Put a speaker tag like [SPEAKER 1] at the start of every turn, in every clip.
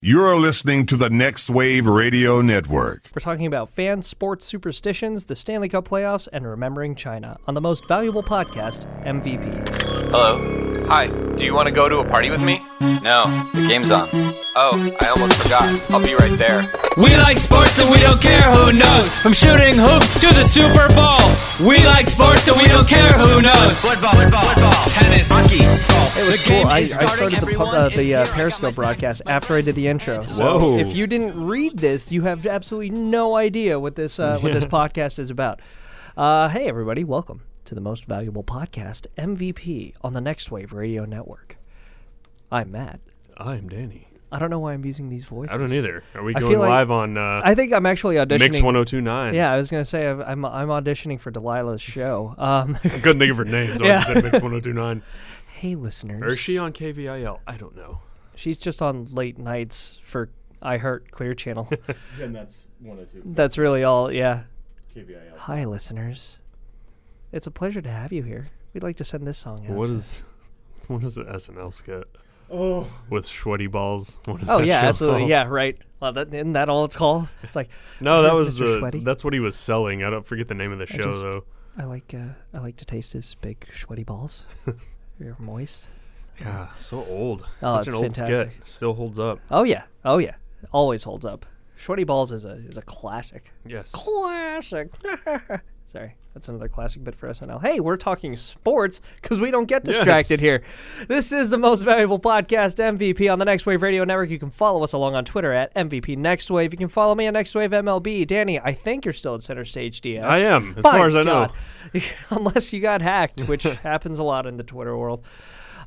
[SPEAKER 1] You're listening to the Next Wave Radio Network.
[SPEAKER 2] We're talking about fan sports superstitions, the Stanley Cup playoffs, and remembering China on the most valuable podcast, MVP.
[SPEAKER 3] Hello. Hi. Do you want to go to a party with me?
[SPEAKER 4] No, the game's on.
[SPEAKER 3] Oh, I almost forgot. I'll be right there.
[SPEAKER 5] We like sports and we don't care who knows. From shooting hoops to the Super Bowl. We like sports and we don't care who knows.
[SPEAKER 4] Football, football, football, tennis, hockey, golf.
[SPEAKER 2] It was
[SPEAKER 5] The
[SPEAKER 2] cool.
[SPEAKER 5] game
[SPEAKER 2] I, I
[SPEAKER 5] is starting,
[SPEAKER 2] started the,
[SPEAKER 5] everyone
[SPEAKER 2] uh,
[SPEAKER 5] is
[SPEAKER 2] the
[SPEAKER 5] here. I
[SPEAKER 2] uh,
[SPEAKER 5] got my
[SPEAKER 2] Periscope
[SPEAKER 5] snacks,
[SPEAKER 2] broadcast
[SPEAKER 5] my
[SPEAKER 2] after I did the intro. So
[SPEAKER 6] Whoa.
[SPEAKER 2] if you didn't read this, you have absolutely no idea what this uh, what this podcast is about. Uh, hey everybody, welcome to the most valuable podcast, MVP, on the Next Wave Radio Network. I'm Matt.
[SPEAKER 6] I'm Danny.
[SPEAKER 2] I don't know why I'm using these voices.
[SPEAKER 6] I don't either. Are we
[SPEAKER 2] I
[SPEAKER 6] going
[SPEAKER 2] feel like-
[SPEAKER 6] live on uh,
[SPEAKER 2] I think I'm actually auditioning.
[SPEAKER 6] Mix 1029?
[SPEAKER 2] Yeah, I was gonna say I've- I'm I'm auditioning for Delilah's show. Um,
[SPEAKER 6] I couldn't think of her name, so
[SPEAKER 2] Yeah.
[SPEAKER 6] I just said Mix 1029.
[SPEAKER 2] hey listeners,
[SPEAKER 6] or is she on KVIL? I don't know.
[SPEAKER 2] She's just on late nights for I Heart Clear Channel.
[SPEAKER 7] And that's one of two
[SPEAKER 2] That's really all. Yeah.
[SPEAKER 7] KVIL.
[SPEAKER 2] Hi listeners, it's a pleasure to have you here. We'd like to send this song out.
[SPEAKER 6] What
[SPEAKER 2] to-
[SPEAKER 6] is what is the SNL skit
[SPEAKER 7] Oh,
[SPEAKER 6] with sweaty balls? What is
[SPEAKER 2] Oh
[SPEAKER 6] that
[SPEAKER 2] yeah,
[SPEAKER 6] show
[SPEAKER 2] absolutely.
[SPEAKER 6] called?
[SPEAKER 2] Yeah, right. Well, that, isn't that all it's called? It's like
[SPEAKER 6] No, that was
[SPEAKER 2] Mr.
[SPEAKER 6] the
[SPEAKER 2] Sweaty?
[SPEAKER 6] that's what he was selling. I don't forget the name of the show
[SPEAKER 2] just-
[SPEAKER 6] though.
[SPEAKER 2] I like uh, I like to taste his big sweaty balls. They're moist.
[SPEAKER 6] Yeah, so old.
[SPEAKER 2] Oh, it's
[SPEAKER 6] Such an old
[SPEAKER 2] fantastic.
[SPEAKER 6] skit. Still holds up.
[SPEAKER 2] Oh yeah. Oh yeah. Always holds up. Sweaty balls is a is a classic.
[SPEAKER 6] Yes.
[SPEAKER 2] Classic. Sorry, that's another classic bit for SNL. Hey, we're talking sports because we don't get distracted
[SPEAKER 6] Yes.
[SPEAKER 2] here. This is the most valuable podcast, MVP, on the Next Wave Radio Network. You can follow us along on Twitter at MVP Next Wave. You can follow me at Next Wave MLB. Danny, I think you're still at Center Stage DS.
[SPEAKER 6] I am, as
[SPEAKER 2] By
[SPEAKER 6] far as I know.
[SPEAKER 2] God. Unless you got hacked, which happens a lot in the Twitter world.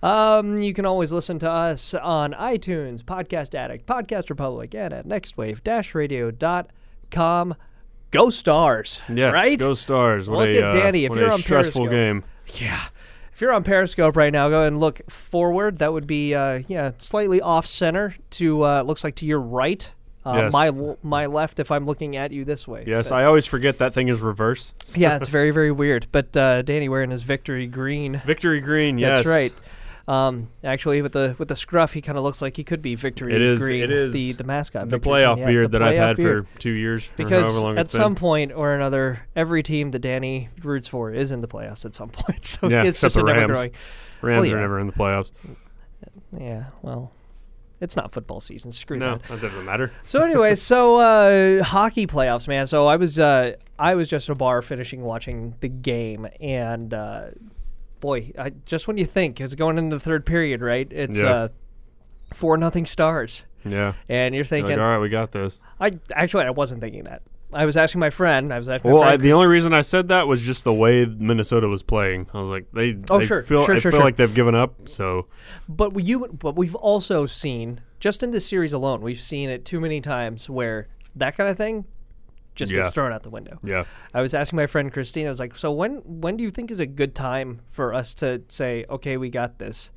[SPEAKER 2] Um, you can always listen to us on iTunes, Podcast Addict, Podcast Republic, and at nextwave-radio.com. Go Stars.
[SPEAKER 6] Yes.
[SPEAKER 2] Right?
[SPEAKER 6] Go Stars.
[SPEAKER 2] Look
[SPEAKER 6] What a,
[SPEAKER 2] at
[SPEAKER 6] uh,
[SPEAKER 2] Danny, if
[SPEAKER 6] what
[SPEAKER 2] you're
[SPEAKER 6] a
[SPEAKER 2] on
[SPEAKER 6] stressful
[SPEAKER 2] Periscope.
[SPEAKER 6] game.
[SPEAKER 2] Yeah. If you're on Periscope right now, go and look forward. That would be uh, yeah, slightly off center to uh, looks like to your right. Uh,
[SPEAKER 6] Yes.
[SPEAKER 2] my l- my left if I'm looking at you this way.
[SPEAKER 6] Yes,
[SPEAKER 2] But-
[SPEAKER 6] I always forget that thing is reverse.
[SPEAKER 2] yeah, it's very very weird. But uh, Danny wearing his victory green.
[SPEAKER 6] Victory Green, yes.
[SPEAKER 2] That's right. Um, actually, with the with the scruff, he kind of looks like he could be Victory
[SPEAKER 6] It is-
[SPEAKER 2] Green,
[SPEAKER 6] it is
[SPEAKER 2] the the mascot,
[SPEAKER 6] the
[SPEAKER 2] Victory
[SPEAKER 6] playoff
[SPEAKER 2] Green, yeah,
[SPEAKER 6] beard
[SPEAKER 2] the
[SPEAKER 6] that I've
[SPEAKER 2] playoff
[SPEAKER 6] had
[SPEAKER 2] beard.
[SPEAKER 6] for two years. or
[SPEAKER 2] Because
[SPEAKER 6] however long
[SPEAKER 2] at
[SPEAKER 6] it's
[SPEAKER 2] some
[SPEAKER 6] been.
[SPEAKER 2] point or another, every team that Danny roots for is in the playoffs at some point. So
[SPEAKER 6] Yeah,
[SPEAKER 2] it's
[SPEAKER 6] except
[SPEAKER 2] just a
[SPEAKER 6] the
[SPEAKER 2] never
[SPEAKER 6] Rams.
[SPEAKER 2] growing.
[SPEAKER 6] Rams
[SPEAKER 2] well, yeah.
[SPEAKER 6] are never in the playoffs.
[SPEAKER 2] Yeah, well, it's not football season. Screw
[SPEAKER 6] No,
[SPEAKER 2] that.
[SPEAKER 6] that doesn't matter.
[SPEAKER 2] So anyway, so uh, hockey playoffs, man. So I was uh, I was just at a bar finishing watching the game, and uh, boy, I, just when you think it's going into the third period, right? It's
[SPEAKER 6] Yeah.
[SPEAKER 2] uh, four nothing stars,
[SPEAKER 6] Yeah.
[SPEAKER 2] and you're
[SPEAKER 6] You're
[SPEAKER 2] thinking,
[SPEAKER 6] Like, all right, we got this.
[SPEAKER 2] I actually I wasn't thinking that. I was asking my friend. I was asking.
[SPEAKER 6] Well,
[SPEAKER 2] my
[SPEAKER 6] I,
[SPEAKER 2] friend,
[SPEAKER 6] the only reason I said that was just the way Minnesota was playing. I was like, they,
[SPEAKER 2] Oh,
[SPEAKER 6] they
[SPEAKER 2] sure,
[SPEAKER 6] feel,
[SPEAKER 2] sure,
[SPEAKER 6] I
[SPEAKER 2] sure,
[SPEAKER 6] feel
[SPEAKER 2] sure.
[SPEAKER 6] like they've given up. So
[SPEAKER 2] But we- you, but we've also seen just in this series alone, we've seen it too many times where that kind of thing just
[SPEAKER 6] Yeah.
[SPEAKER 2] gets thrown out the window.
[SPEAKER 6] yeah,
[SPEAKER 2] I was asking my friend Christine. I was like, "So when when do you think is a good time for us to say, okay, we got this?"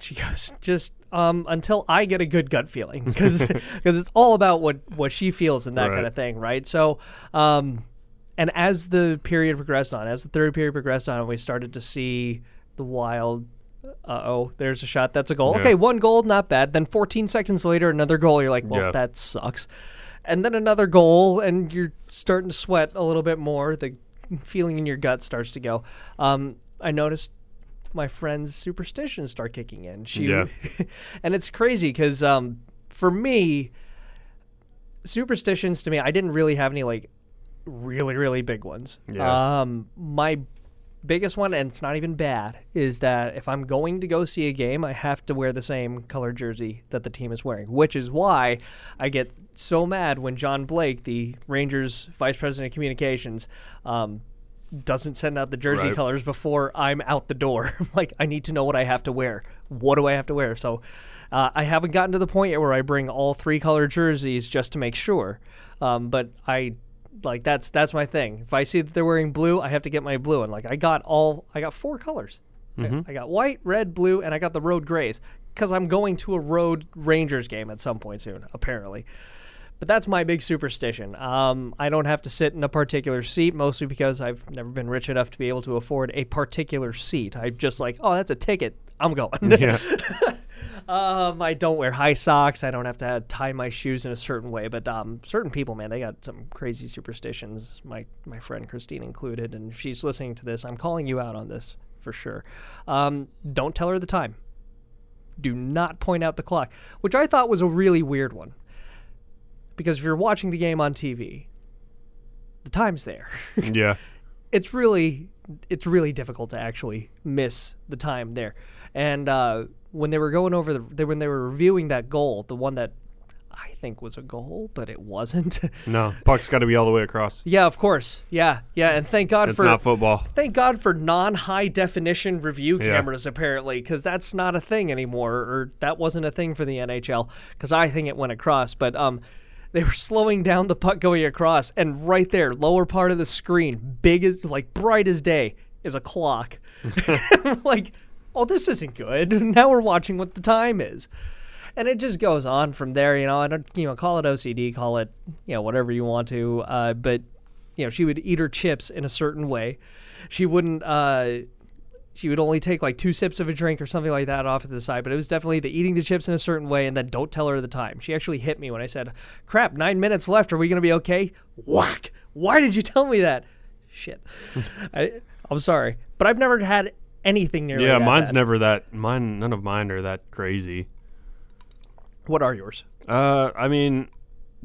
[SPEAKER 2] She goes, "Just um, until I get a good gut feeling, because it's all about what what she feels and that kind
[SPEAKER 6] Right.
[SPEAKER 2] of thing, right?" So, um, and as the period progressed on, as the third period progressed on, we started to see the wild. Uh oh, there's a shot. That's a goal.
[SPEAKER 6] Yeah.
[SPEAKER 2] Okay, one goal, not bad. Then 14 seconds later, another goal. You're like, well,
[SPEAKER 6] Yeah.
[SPEAKER 2] that sucks. And then another goal, and you're starting to sweat a little bit more. The feeling in your gut starts to go. Um, I noticed my friend's superstitions start kicking in. She,
[SPEAKER 6] Yeah.
[SPEAKER 2] and it's crazy because um, for me, superstitions to me, I didn't really have any like really really big ones.
[SPEAKER 6] Yeah.
[SPEAKER 2] Um, my biggest one, and it's not even bad, is that if I'm going to go see a game, I have to wear the same color jersey that the team is wearing, which is why I get so mad when John Blake, the Rangers vice president of communications, um, doesn't send out the jersey
[SPEAKER 6] Right.
[SPEAKER 2] colors before I'm out the door. I'm like, I need to know what I have to wear. What do I have to wear? So uh, I haven't gotten to the point yet where I bring all three color jerseys just to make sure. Um, but I like that's that's my thing. If I see that they're wearing blue, I have to get my blue. And like I got all I got four colors. I- I got white, red, blue, and I got the road grays because I'm going to a road Rangers game at some point soon, apparently. But that's my big superstition. Um, I don't have to sit in a particular seat, mostly because I've never been rich enough to be able to afford a particular seat. I'm just like, oh, that's a ticket. I'm going.
[SPEAKER 6] yeah.
[SPEAKER 2] Um, I don't wear high socks. I don't have to tie my shoes in a certain way. But um, certain people, man, they got some crazy superstitions. My my friend Christine included, and if she's listening to this. I'm calling you out on this for sure. Um, don't tell her the time. Do not point out the clock, which I thought was a really weird one. Because if you're watching the game on TV, the time's there.
[SPEAKER 6] Yeah.
[SPEAKER 2] it's really it's really difficult to actually miss the time there. And uh, when they were going over the they, when they were reviewing that goal, the one that I think was a goal, but it wasn't.
[SPEAKER 6] No, puck's got to be all the way across.
[SPEAKER 2] yeah, of course. Yeah, yeah. And thank God
[SPEAKER 6] It's
[SPEAKER 2] for
[SPEAKER 6] not football.
[SPEAKER 2] thank God for non-high definition review
[SPEAKER 6] Yeah.
[SPEAKER 2] cameras apparently because that's not a thing anymore or that wasn't a thing for the NHL because I think it went across but um they were slowing down the puck going across and right there lower part of the screen big as like bright as day is a clock like oh this isn't good now we're watching what the time is and it just goes on from there you know I don't you know call it OCD call it you know whatever you want to uh, but you know she would eat her chips in a certain way she wouldn't uh she would only take like two sips of a drink or something like that off to the side but it was definitely the eating the chips in a certain way and then don't tell her the time she actually hit me when i said crap nine minutes left are we going to be okay whack why did you tell me that shit I, i'm sorry but i've never had anything nearly
[SPEAKER 6] Yeah,
[SPEAKER 2] that
[SPEAKER 6] mine's
[SPEAKER 2] bad.
[SPEAKER 6] never that. Mine, none of mine are that crazy.
[SPEAKER 2] what are yours
[SPEAKER 6] Uh, I mean,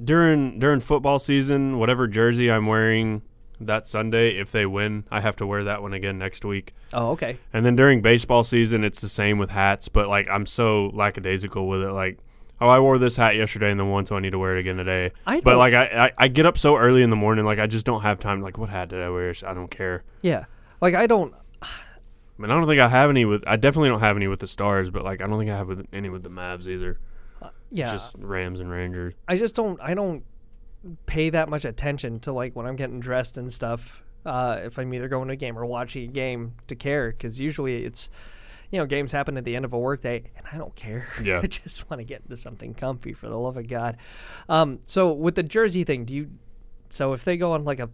[SPEAKER 6] during during football season, whatever jersey I'm wearing that Sunday, if they win, I have to wear that one again next week.
[SPEAKER 2] oh okay
[SPEAKER 6] And then during baseball season, it's the same with hats. But like, I'm so lackadaisical with it. Like, oh, I wore this hat yesterday and then one, so I need to wear it again today.
[SPEAKER 2] I
[SPEAKER 6] but
[SPEAKER 2] don't-
[SPEAKER 6] like, I, I I get up so early in the morning, like I just don't have time. Like, what hat did I wear? I don't care.
[SPEAKER 2] yeah like i don't
[SPEAKER 6] I mean, I don't think I have any with. I definitely don't have any with the Stars, but like, I don't think I have with any with the Mavs either.
[SPEAKER 2] yeah
[SPEAKER 6] Just Rams and Rangers.
[SPEAKER 2] I just don't I don't pay that much attention to like when I'm getting dressed and stuff. Uh, if I'm either going to a game or watching a game to care, because usually it's you know games happen at the end of a workday and I don't care.
[SPEAKER 6] Yeah.
[SPEAKER 2] I just want to get into something comfy for the love of God. Um, so with the jersey thing, do you? So if they go on like a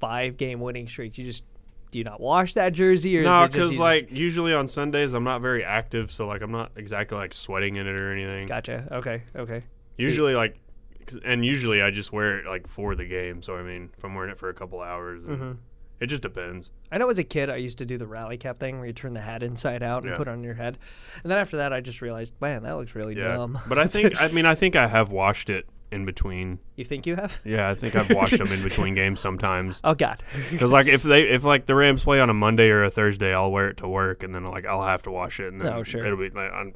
[SPEAKER 2] five game winning streak, you just do you not wash that jersey or is
[SPEAKER 6] No,
[SPEAKER 2] it just- you
[SPEAKER 6] because
[SPEAKER 2] just-
[SPEAKER 6] like usually on Sundays I'm not very active, so like I'm not exactly like sweating in it or anything.
[SPEAKER 2] gotcha okay okay
[SPEAKER 6] Usually like, 'cause- and usually I just wear it like for the game. So I mean, if I'm wearing it for a couple hours,
[SPEAKER 2] Mm-hmm.
[SPEAKER 6] then it just depends.
[SPEAKER 2] I know as a kid I used to do the rally cap thing where you turn the hat inside out and
[SPEAKER 6] Yeah.
[SPEAKER 2] put it on your head. And then after that I just realized, man, that looks really
[SPEAKER 6] Yeah,
[SPEAKER 2] dumb.
[SPEAKER 6] but I think I mean I think I have washed it in between.
[SPEAKER 2] you think you have?
[SPEAKER 6] Yeah, I think I've washed them in between games sometimes.
[SPEAKER 2] Oh god.
[SPEAKER 6] Because like if they if like the Rams play on a Monday or a Thursday, I'll wear it to work, and then like I'll have to wash it. And then
[SPEAKER 2] Oh, sure.
[SPEAKER 6] It'll be like I'm,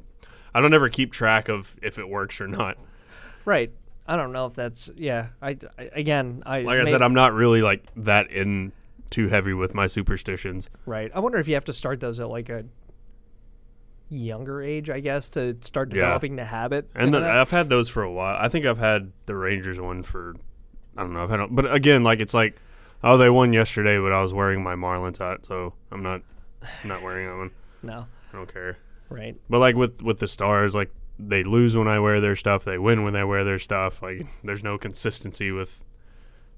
[SPEAKER 6] I don't ever keep track of if it works or not.
[SPEAKER 2] right. I don't know if that's yeah. I, I- again I
[SPEAKER 6] Like I
[SPEAKER 2] may-
[SPEAKER 6] said, I'm not really like that in too heavy with my superstitions.
[SPEAKER 2] right. I wonder if you have to start those at like a younger age, I guess, to start
[SPEAKER 6] Yeah.
[SPEAKER 2] developing the habit.
[SPEAKER 6] And
[SPEAKER 2] into
[SPEAKER 6] then
[SPEAKER 2] that.
[SPEAKER 6] I've had those for a while. I think I've had the Rangers one for I don't know. I've had, but again, like it's like oh they won yesterday, but I was wearing my Marlins hat, so I'm not I'm not wearing that one.
[SPEAKER 2] no.
[SPEAKER 6] I don't care.
[SPEAKER 2] Right.
[SPEAKER 6] But like with with the stars, like they lose when I wear their stuff, they win when they wear their stuff. Like there's no consistency with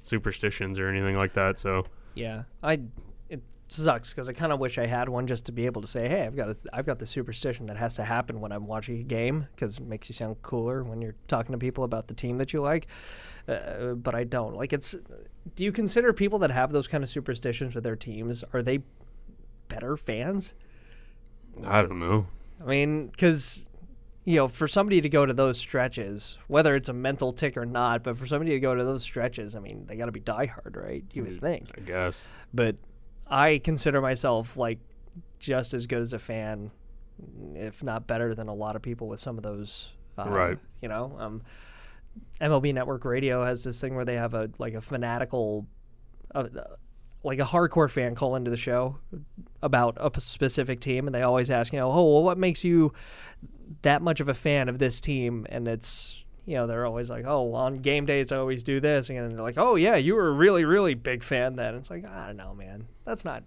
[SPEAKER 6] superstitions or anything like that. So
[SPEAKER 2] Yeah, I it sucks because I kind of wish I had one just to be able to say, hey, I've got a, I've got the superstition that has to happen when I'm watching a game because it makes you sound cooler when you're talking to people about the team that you like. Uh, but I don't like it's. Do you consider people that have those kind of superstitions with their teams are they better fans?
[SPEAKER 6] I don't know.
[SPEAKER 2] I mean, because you know, for somebody to go to those stretches, whether it's a mental tick or not, but for somebody to go to those stretches, I mean, they got to be diehard, right? You would think
[SPEAKER 6] I guess.
[SPEAKER 2] but I consider myself like just as good as a fan, if not better than a lot of people with some of those. Uh,
[SPEAKER 6] Right.
[SPEAKER 2] You know, um, MLB Network Radio has this thing where they have a like a fanatical, uh, like a hardcore fan call into the show about a p- specific team, and they always ask, you know, oh, well, what makes you that much of a fan of this team? And it's you know they're always like, oh, on game days I always do this, and they're like, oh yeah, you were a really really big fan then. It's like I don't know, man, that's not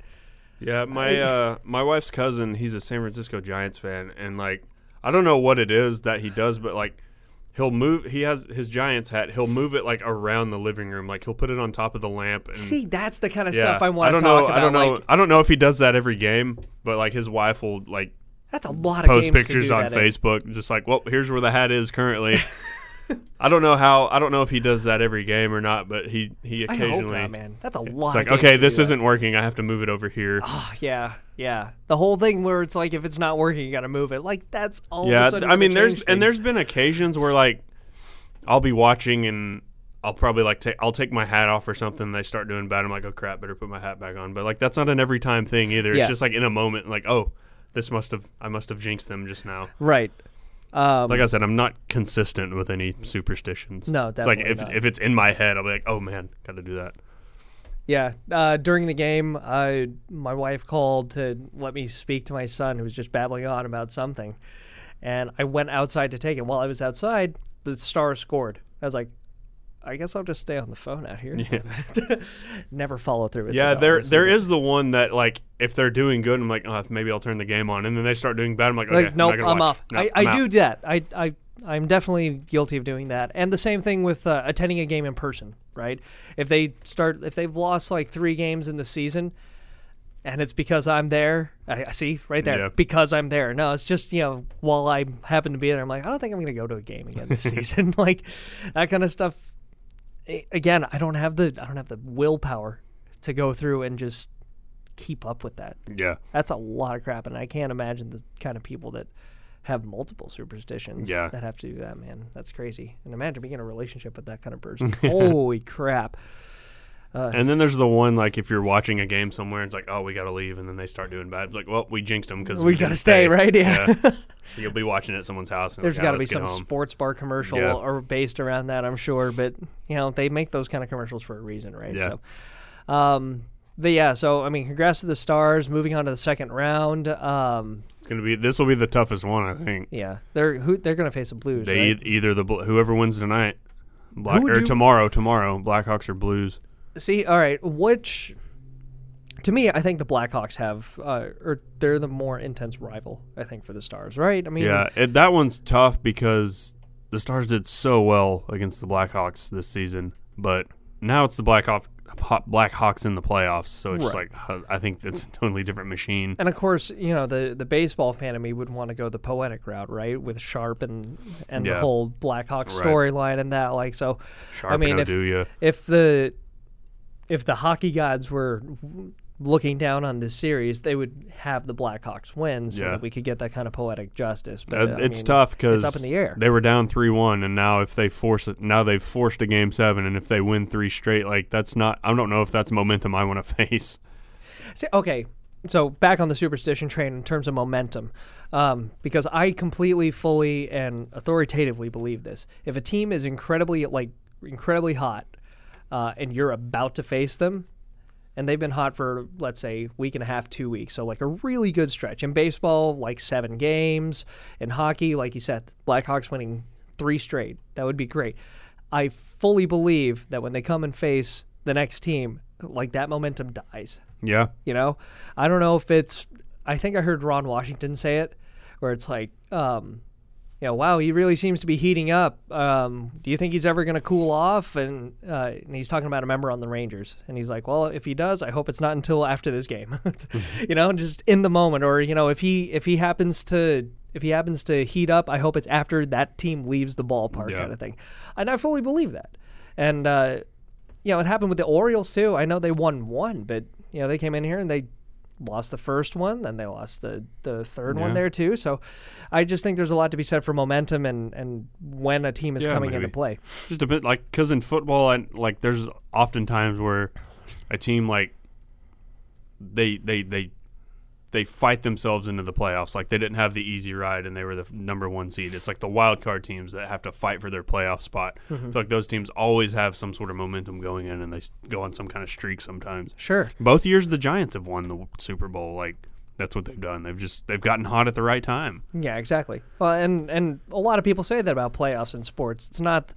[SPEAKER 6] Mm. Yeah, my uh, my wife's cousin, he's a San Francisco Giants fan, and like I don't know what it is that he does, but like he'll move. He has his Giants hat. He'll move it like around the living room. Like he'll put it on top of the lamp. And,
[SPEAKER 2] See, that's the kind of
[SPEAKER 6] yeah,
[SPEAKER 2] stuff I want to
[SPEAKER 6] don't
[SPEAKER 2] talk
[SPEAKER 6] know.
[SPEAKER 2] about.
[SPEAKER 6] I don't know.
[SPEAKER 2] Like,
[SPEAKER 6] I don't know if he does that every game, but like his wife will like
[SPEAKER 2] That's a lot of
[SPEAKER 6] post
[SPEAKER 2] games to
[SPEAKER 6] pictures
[SPEAKER 2] do
[SPEAKER 6] on
[SPEAKER 2] that in.
[SPEAKER 6] Facebook, just like, well, here's where the hat is currently. I don't know how. I don't know if he does that every game or not, but he he
[SPEAKER 2] I hope
[SPEAKER 6] occasionally.
[SPEAKER 2] not, man. That's a lot.
[SPEAKER 6] It's
[SPEAKER 2] of
[SPEAKER 6] like,
[SPEAKER 2] games
[SPEAKER 6] okay,
[SPEAKER 2] to
[SPEAKER 6] this
[SPEAKER 2] do that.
[SPEAKER 6] isn't working. I have to move it over here.
[SPEAKER 2] Ah, yeah, yeah. The whole thing where it's like if it's not working, you got to move it. Like that's all.
[SPEAKER 6] yeah,
[SPEAKER 2] Of a sudden
[SPEAKER 6] I
[SPEAKER 2] you
[SPEAKER 6] mean,
[SPEAKER 2] can
[SPEAKER 6] there's
[SPEAKER 2] change
[SPEAKER 6] and
[SPEAKER 2] things.
[SPEAKER 6] there's been occasions where like I'll be watching and I'll probably like take I'll take my hat off or something. And they start doing bad. I'm like, oh crap, better put my hat back on. But like that's not an every time thing either.
[SPEAKER 2] Yeah.
[SPEAKER 6] It's just like in a moment, like oh, this must have I must have jinxed them just now.
[SPEAKER 2] right. Um,
[SPEAKER 6] Like I said, I'm not consistent with any superstitions.
[SPEAKER 2] No,
[SPEAKER 6] It's like
[SPEAKER 2] definitely
[SPEAKER 6] if
[SPEAKER 2] not.
[SPEAKER 6] if it's in my head, I'll be like, oh man, got to do that.
[SPEAKER 2] Yeah. Uh, during the game, I, my wife called to let me speak to my son, who was just babbling on about something. And I went outside to take him. While I was outside, the star scored. I was like, I guess I'll just stay on the phone out here. Never follow through with
[SPEAKER 6] Yeah,
[SPEAKER 2] it,
[SPEAKER 6] there
[SPEAKER 2] honestly.
[SPEAKER 6] there is the one that like if they're doing good, I'm like, oh, maybe I'll turn the game on, and then they start doing bad. I'm like, okay,
[SPEAKER 2] Like, nope, I'm,
[SPEAKER 6] I'm, not gonna watch.
[SPEAKER 2] off.
[SPEAKER 6] No,
[SPEAKER 2] I,
[SPEAKER 6] I'm
[SPEAKER 2] I do
[SPEAKER 6] out.
[SPEAKER 2] that. I, I, I'm definitely guilty of doing that. And the same thing with uh, attending a game in person, right? If they start, if they've lost like three games in the season, and it's because I'm there. I, I see right there
[SPEAKER 6] Yeah.
[SPEAKER 2] because I'm there. No, it's just you know while I happen to be there, I'm like I don't think I'm going to go to a game again this season. like that kind of stuff. A- Again, I don't have the I don't have the willpower to go through and just keep up with that.
[SPEAKER 6] Yeah.
[SPEAKER 2] That's a lot of crap, and I can't imagine the kind of people that have multiple superstitions
[SPEAKER 6] Yeah.
[SPEAKER 2] that have to do that, man. That's crazy. And imagine being in a relationship with that kind of person. Holy crap.
[SPEAKER 6] And then there's the one like if you're watching a game somewhere, it's like, oh, we gotta leave, and then they start doing bad. It's like, well, we jinxed them because
[SPEAKER 2] We gotta stay, right? Yeah.
[SPEAKER 6] You'll be watching at someone's house. And "Ah,
[SPEAKER 2] There's
[SPEAKER 6] got
[SPEAKER 2] gotta
[SPEAKER 6] to
[SPEAKER 2] be some sports bar commercial
[SPEAKER 6] Yeah.
[SPEAKER 2] or based around that, I'm sure. But you know, they make those kind of commercials for a reason, right?
[SPEAKER 6] Yeah.
[SPEAKER 2] So, um, but yeah, so I mean, congrats to the Stars. Moving on to the second round. Um,
[SPEAKER 6] It's gonna be this will be the toughest one, I think.
[SPEAKER 2] yeah, they're who they're gonna face the Blues.
[SPEAKER 6] They
[SPEAKER 2] right?
[SPEAKER 6] e- either the Bl- whoever wins tonight, Black
[SPEAKER 2] Who would
[SPEAKER 6] or
[SPEAKER 2] you-
[SPEAKER 6] tomorrow, tomorrow, Blackhawks or Blues.
[SPEAKER 2] See, all right, which to me, I think the Blackhawks have, uh, or they're the more intense rival, I think, for the Stars, right? I mean,
[SPEAKER 6] Yeah, it, that one's tough because the Stars did so well against the Blackhawks this season, but now it's the Blackhawks Blackhawks in the playoffs, so it's just
[SPEAKER 2] Right.
[SPEAKER 6] like huh, I think it's a totally different machine.
[SPEAKER 2] and of course, you know the the baseball fan of me would want to go the poetic route, right, with Sharp and and the
[SPEAKER 6] Yeah.
[SPEAKER 2] whole Blackhawks
[SPEAKER 6] Right.
[SPEAKER 2] storyline and that, like, so. I
[SPEAKER 6] Sharp
[SPEAKER 2] mean,
[SPEAKER 6] and
[SPEAKER 2] if
[SPEAKER 6] Oduya.
[SPEAKER 2] if the if the hockey gods were looking down on this series, they would have the Blackhawks win, so
[SPEAKER 6] Yeah.
[SPEAKER 2] that we could get that kind of poetic justice. But
[SPEAKER 6] Uh,
[SPEAKER 2] I
[SPEAKER 6] it's
[SPEAKER 2] mean,
[SPEAKER 6] tough because
[SPEAKER 2] it's up in the air.
[SPEAKER 6] They were down three one, and now if they force it, now they've forced a game seven, and if they win three straight, like that's not. I don't know if that's momentum I want to face.
[SPEAKER 2] See, okay, so back on the superstition train in terms of momentum, um, because I completely, fully, and authoritatively believe this. If a team is incredibly, like, incredibly hot, uh, and you're about to face them, and they've been hot for let's say week and a half, two weeks, so like a really good stretch in baseball, like seven games, in hockey, like you said, Blackhawks winning three straight, that would be great. I fully believe that when they come and face the next team, like that momentum dies.
[SPEAKER 6] Yeah,
[SPEAKER 2] You know, I don't know if it's. I think I heard Ron Washington say it, where it's like, um, you know, wow, he really seems to be heating up. Um, do you think he's ever going to cool off? And, uh, and he's talking about a member on the Rangers, and he's like, well, if he does, I hope it's not until after this game. you know, just in the moment, or you know, if he if he happens to. If he happens to heat up, I hope it's after that team leaves the ballpark,
[SPEAKER 6] Yeah.
[SPEAKER 2] kind of thing. And I fully believe that. And uh, you know, it happened with the Orioles too. I know they won one, but you know, they came in here and they lost the first one, then they lost the the third one there too. So I just think there's a lot to be said for momentum and and when a team is
[SPEAKER 6] Yeah,
[SPEAKER 2] coming into
[SPEAKER 6] maybe.
[SPEAKER 2] play.
[SPEAKER 6] just a bit like because in football, and like there's often times where a team like they they they they fight themselves into the playoffs. Like they didn't have the easy ride, and they were the f- number one seed. It's like the wild card teams that have to fight for their playoff spot.
[SPEAKER 2] Mm-hmm.
[SPEAKER 6] I feel like those teams always have some sort of momentum going in, and they s- go on some kind of streak sometimes.
[SPEAKER 2] Sure.
[SPEAKER 6] Both years the Giants have won the w- Super Bowl. Like that's what they've done. They've just they've gotten hot at the right time.
[SPEAKER 2] Yeah, exactly. Well, and and a lot of people say that about playoffs in sports. It's not,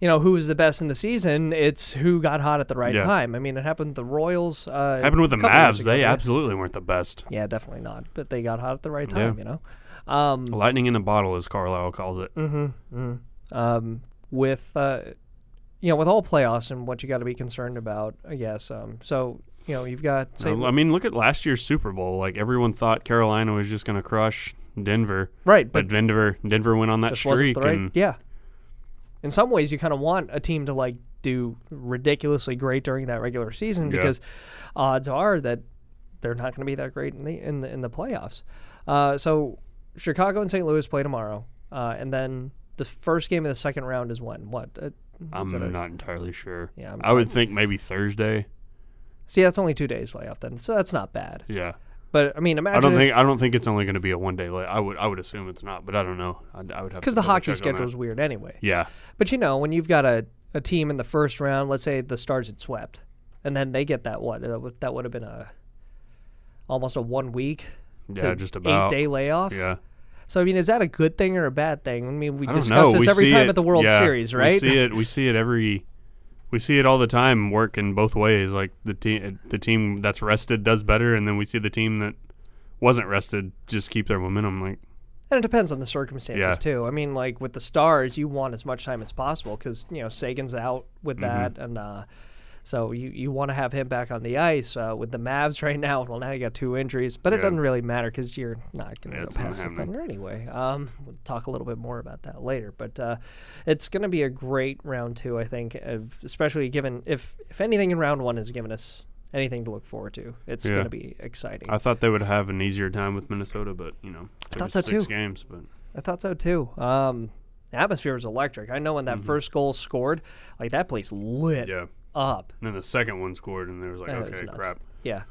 [SPEAKER 2] you know, who was the best in the season. It's who got hot at the right
[SPEAKER 6] Yeah.
[SPEAKER 2] time. I mean, it happened with the Royals. Uh,
[SPEAKER 6] Happened with the
[SPEAKER 2] a couple years
[SPEAKER 6] Mavs.
[SPEAKER 2] ago,
[SPEAKER 6] They
[SPEAKER 2] yeah.
[SPEAKER 6] absolutely weren't the best.
[SPEAKER 2] Yeah, definitely not. But they got hot at the right time. You know. Um,
[SPEAKER 6] Lightning in a bottle, as Carlisle calls it.
[SPEAKER 2] um, with uh, you know with all playoffs and what you got to be concerned about. I guess um, so. You know, you've got St.
[SPEAKER 6] I mean, look at last year's Super Bowl. Like everyone thought Carolina was just going to crush Denver,
[SPEAKER 2] Right,
[SPEAKER 6] But
[SPEAKER 2] but-
[SPEAKER 6] Denver, Denver went on that
[SPEAKER 2] just wasn't
[SPEAKER 6] streak,
[SPEAKER 2] the right.
[SPEAKER 6] and
[SPEAKER 2] yeah. In some ways, you kind of want a team to like do ridiculously great during that regular season
[SPEAKER 6] Yeah.
[SPEAKER 2] because odds are that they're not going to be that great in the in the, in the playoffs. Uh, so Chicago and St. Louis play tomorrow, uh, and then the first game of the second round is when what? Uh,
[SPEAKER 6] I'm
[SPEAKER 2] is it a-
[SPEAKER 6] not entirely sure.
[SPEAKER 2] Yeah, I'm
[SPEAKER 6] I would think maybe Thursday.
[SPEAKER 2] see, that's only two days layoff then, so that's not bad.
[SPEAKER 6] Yeah,
[SPEAKER 2] But I mean, imagine
[SPEAKER 6] I don't
[SPEAKER 2] if-
[SPEAKER 6] think I don't think it's only going to be a one day late. I would I would assume it's not, but I don't know. I, I would have
[SPEAKER 2] because
[SPEAKER 6] because
[SPEAKER 2] the hockey schedule is weird anyway.
[SPEAKER 6] Yeah,
[SPEAKER 2] But you know, when you've got a, a team in the first round, let's say the Stars had swept, and then they get that what that would, that would have been a almost a one week,
[SPEAKER 6] Yeah,
[SPEAKER 2] to
[SPEAKER 6] just about.
[SPEAKER 2] eight day layoff.
[SPEAKER 6] yeah.
[SPEAKER 2] So I mean, is that a good thing or a bad thing? I mean, we
[SPEAKER 6] I don't
[SPEAKER 2] discuss
[SPEAKER 6] know.
[SPEAKER 2] this
[SPEAKER 6] We
[SPEAKER 2] every
[SPEAKER 6] see
[SPEAKER 2] time
[SPEAKER 6] it-
[SPEAKER 2] at the World
[SPEAKER 6] yeah,
[SPEAKER 2] Series, right?
[SPEAKER 6] We see it. We see it every. We see it all the time, working both ways. Like the team, the team that's rested does better, and then we see the team that wasn't rested just keep their momentum. Like
[SPEAKER 2] And it depends on the circumstances
[SPEAKER 6] Yeah.
[SPEAKER 2] too. I mean, like with the Stars, you want as much time as possible because you know Sagan's out with
[SPEAKER 6] Mm-hmm.
[SPEAKER 2] that, and uh, so you you want to have him back on the ice. Uh, with the Mavs right now, well, now you got two injuries, but it
[SPEAKER 6] Yeah.
[SPEAKER 2] doesn't really matter because you're not going to
[SPEAKER 6] Yeah,
[SPEAKER 2] go
[SPEAKER 6] it's not
[SPEAKER 2] past the
[SPEAKER 6] happening.
[SPEAKER 2] Thunder anyway. Um, we'll talk a little bit more about that later, but uh, it's going to be a great round two, I think, of, especially given if if anything in round one has given us anything to look forward to, it's
[SPEAKER 6] Yeah.
[SPEAKER 2] going to be exciting.
[SPEAKER 6] I thought they would have an easier time with Minnesota, but you know, I
[SPEAKER 2] thought so,
[SPEAKER 6] six
[SPEAKER 2] too.
[SPEAKER 6] games, but
[SPEAKER 2] I thought so too. Um, the atmosphere was electric. I know when that first goal scored, like that place lit
[SPEAKER 6] Mm-hmm. yeah.
[SPEAKER 2] up.
[SPEAKER 6] And then the second one scored, and they was like,
[SPEAKER 2] That was
[SPEAKER 6] okay,
[SPEAKER 2] nuts.
[SPEAKER 6] crap,
[SPEAKER 2] Yeah,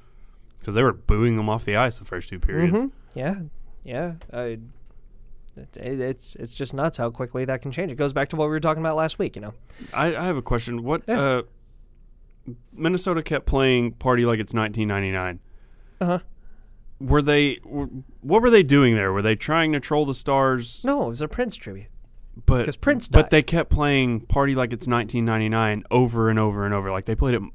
[SPEAKER 6] because they were booing them off the ice the first two periods.
[SPEAKER 2] Mm-hmm. yeah, yeah. I, it, it's it's just nuts how quickly that can change. It goes back to what we were talking about last week. You know,
[SPEAKER 6] I, I have a question. What uh, Minnesota kept playing "Party Like It's 1999."
[SPEAKER 2] Uh-huh.
[SPEAKER 6] Were they? Were, what were they doing there? Were they trying to troll the stars?
[SPEAKER 2] no, it was a Prince tribute.
[SPEAKER 6] but
[SPEAKER 2] 'cause Prince
[SPEAKER 6] But
[SPEAKER 2] died.
[SPEAKER 6] they kept playing "Party Like It's 1999" over and over and over. Like they played it m-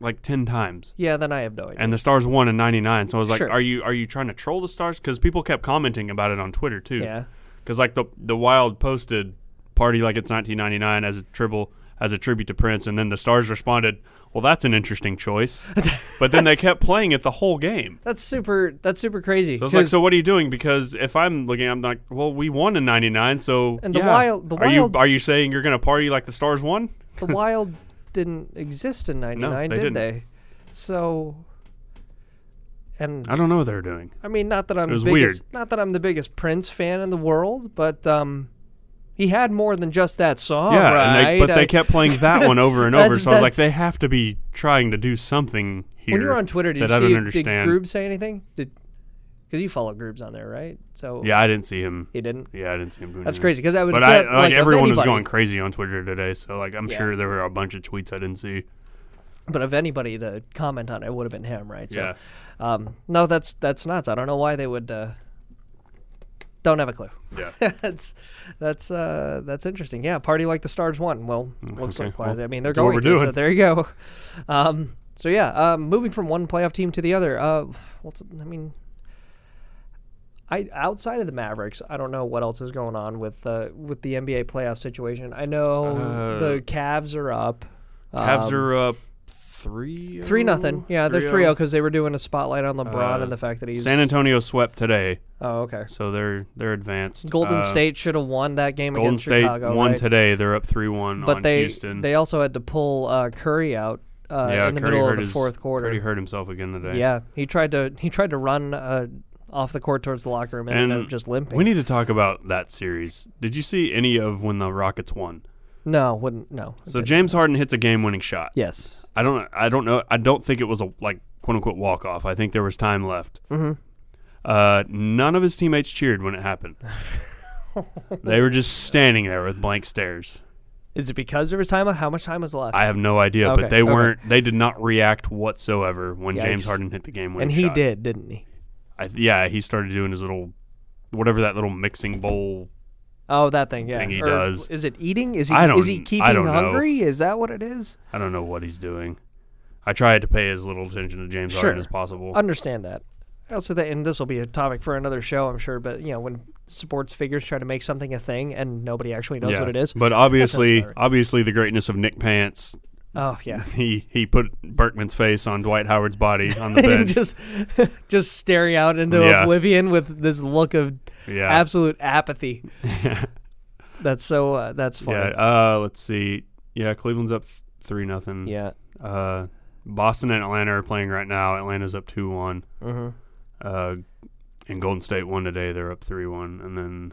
[SPEAKER 6] like ten times.
[SPEAKER 2] Yeah, then I have no idea.
[SPEAKER 6] And the stars won in '99, so I was like,
[SPEAKER 2] Sure.
[SPEAKER 6] "Are you are you trying to troll the stars?" Because people kept commenting about it on Twitter too.
[SPEAKER 2] yeah,
[SPEAKER 6] Because like the the Wild posted "Party Like It's 1999" as a tribble as a tribute to Prince, and then the Stars responded, "Well, that's an interesting choice." but then they kept playing it the whole game.
[SPEAKER 2] that's super. That's super crazy.
[SPEAKER 6] So I was like,
[SPEAKER 2] 'cause-
[SPEAKER 6] "So what are you doing?" Because if I'm looking, I'm like, "Well, we won in '99, so
[SPEAKER 2] And the
[SPEAKER 6] yeah.
[SPEAKER 2] Wild- the
[SPEAKER 6] are
[SPEAKER 2] Wild-
[SPEAKER 6] you are you saying you're gonna party like the Stars won?"
[SPEAKER 2] the Wild didn't exist in '99,
[SPEAKER 6] they
[SPEAKER 2] did
[SPEAKER 6] didn't.
[SPEAKER 2] they? So, and
[SPEAKER 6] I don't know what they're doing.
[SPEAKER 2] I mean, not that I'm
[SPEAKER 6] It was
[SPEAKER 2] the biggest,
[SPEAKER 6] weird.
[SPEAKER 2] not that I'm the biggest Prince fan in the world, but um, he had more than just that song,
[SPEAKER 6] yeah,
[SPEAKER 2] right?
[SPEAKER 6] and they, but
[SPEAKER 2] I-
[SPEAKER 6] they kept playing that one over and over.
[SPEAKER 2] That's-
[SPEAKER 6] So I was like,
[SPEAKER 2] that's-
[SPEAKER 6] they have to be trying to do something here.
[SPEAKER 2] When you were on Twitter, did
[SPEAKER 6] that
[SPEAKER 2] you
[SPEAKER 6] I
[SPEAKER 2] see
[SPEAKER 6] don't
[SPEAKER 2] did
[SPEAKER 6] understand.
[SPEAKER 2] Groob say anything? Did because you follow Groobs on there, right? So
[SPEAKER 6] Yeah, I didn't see him.
[SPEAKER 2] he didn't.
[SPEAKER 6] Yeah, I didn't see him doing
[SPEAKER 2] That's
[SPEAKER 6] anything.
[SPEAKER 2] crazy because I would
[SPEAKER 6] But
[SPEAKER 2] get
[SPEAKER 6] I, like,
[SPEAKER 2] of
[SPEAKER 6] everyone was
[SPEAKER 2] anybody-
[SPEAKER 6] going crazy on Twitter today, so like I'm
[SPEAKER 2] Yeah.
[SPEAKER 6] sure there were a bunch of tweets I didn't see.
[SPEAKER 2] but of anybody to comment on it would have been him, right? So,
[SPEAKER 6] Yeah.
[SPEAKER 2] Um, no, that's that's nuts. I don't know why they would. Uh, don't have a clue.
[SPEAKER 6] Yeah.
[SPEAKER 2] that's that's uh, that's interesting. Yeah, party like the stars won. Well, looks
[SPEAKER 6] okay.
[SPEAKER 2] like why-
[SPEAKER 6] Well,
[SPEAKER 2] I mean they're
[SPEAKER 6] what
[SPEAKER 2] going
[SPEAKER 6] we're
[SPEAKER 2] to. So
[SPEAKER 6] doing.
[SPEAKER 2] there you go. Um, so yeah, um, moving from one playoff team to the other. Uh, what's I mean. I, outside of the Mavericks, I don't know what else is going on with uh, with the NBA playoff situation. I know
[SPEAKER 6] Uh,
[SPEAKER 2] the Cavs are up.
[SPEAKER 6] Cavs are up Mm, three
[SPEAKER 2] Um,
[SPEAKER 6] oh,
[SPEAKER 2] Three nothing. Yeah, oh. they're three zero because they were doing a spotlight on LeBron
[SPEAKER 6] Uh,
[SPEAKER 2] and the fact that he's.
[SPEAKER 6] San Antonio swept today,
[SPEAKER 2] oh, okay.
[SPEAKER 6] so they're they're advanced.
[SPEAKER 2] Golden
[SPEAKER 6] Uh,
[SPEAKER 2] State should have won that game
[SPEAKER 6] Golden
[SPEAKER 2] against
[SPEAKER 6] State
[SPEAKER 2] Chicago.
[SPEAKER 6] won
[SPEAKER 2] right?
[SPEAKER 6] today. They're up three one
[SPEAKER 2] but
[SPEAKER 6] on
[SPEAKER 2] they
[SPEAKER 6] Houston.
[SPEAKER 2] they also had to pull uh, Curry out uh,
[SPEAKER 6] yeah,
[SPEAKER 2] in the
[SPEAKER 6] Curry
[SPEAKER 2] middle
[SPEAKER 6] hurt
[SPEAKER 2] of the
[SPEAKER 6] his-
[SPEAKER 2] fourth quarter.
[SPEAKER 6] Curry hurt himself again today.
[SPEAKER 2] Yeah, he tried to he tried to run uh, off the court towards the locker room and, ended
[SPEAKER 6] And
[SPEAKER 2] up just limping.
[SPEAKER 6] We need to talk about that series. Did you see any of when the Rockets won?
[SPEAKER 2] no, wouldn't no.
[SPEAKER 6] So
[SPEAKER 2] Okay.
[SPEAKER 6] James Harden hits a game-winning shot.
[SPEAKER 2] yes,
[SPEAKER 6] I don't. I don't know. I don't think it was a like quote unquote walk off. I think there was time left. Mm-hmm. Uh, none of his teammates cheered when it happened. they were just standing there with blank stares.
[SPEAKER 2] is it because there was time? How much time was left?
[SPEAKER 6] I have no idea,
[SPEAKER 2] Okay,
[SPEAKER 6] but they
[SPEAKER 2] okay.
[SPEAKER 6] weren't. They did not react whatsoever when James
[SPEAKER 2] Yikes.
[SPEAKER 6] Harden hit the game winning
[SPEAKER 2] and he
[SPEAKER 6] shot.
[SPEAKER 2] did, didn't he?
[SPEAKER 6] I, th- yeah, he started doing his little whatever that little mixing bowl.
[SPEAKER 2] Oh, that thing. Yeah,
[SPEAKER 6] Thing he
[SPEAKER 2] Or
[SPEAKER 6] does.
[SPEAKER 2] Is it eating? Is he?
[SPEAKER 6] I
[SPEAKER 2] is he
[SPEAKER 6] don't- I
[SPEAKER 2] keeping
[SPEAKER 6] don't know.
[SPEAKER 2] hungry? Is that what it is?
[SPEAKER 6] I don't know what he's doing. I tried to pay as little attention to James Harden
[SPEAKER 2] Sure.
[SPEAKER 6] as possible.
[SPEAKER 2] understand that. I Also, that and this will be a topic for another show, I'm sure. But you know, when sports figures try to make something a thing and nobody actually knows what it is,
[SPEAKER 6] But obviously,
[SPEAKER 2] about right.
[SPEAKER 6] obviously, the greatness of Nick Pants
[SPEAKER 2] Oh yeah.
[SPEAKER 6] He he put Berkman's face on Dwight Howard's body on the
[SPEAKER 2] and
[SPEAKER 6] bench.
[SPEAKER 2] just just staring out into
[SPEAKER 6] Yeah.
[SPEAKER 2] oblivion with this look of
[SPEAKER 6] Yeah.
[SPEAKER 2] absolute apathy. that's so uh, that's funny.
[SPEAKER 6] yeah. Uh, let's see. Yeah, Cleveland's up three nothing.
[SPEAKER 2] Yeah.
[SPEAKER 6] Uh, Boston and Atlanta are playing right now. Atlanta's up two one.
[SPEAKER 2] Mm-hmm.
[SPEAKER 6] Uh, and Golden State won today. They're up three one. And then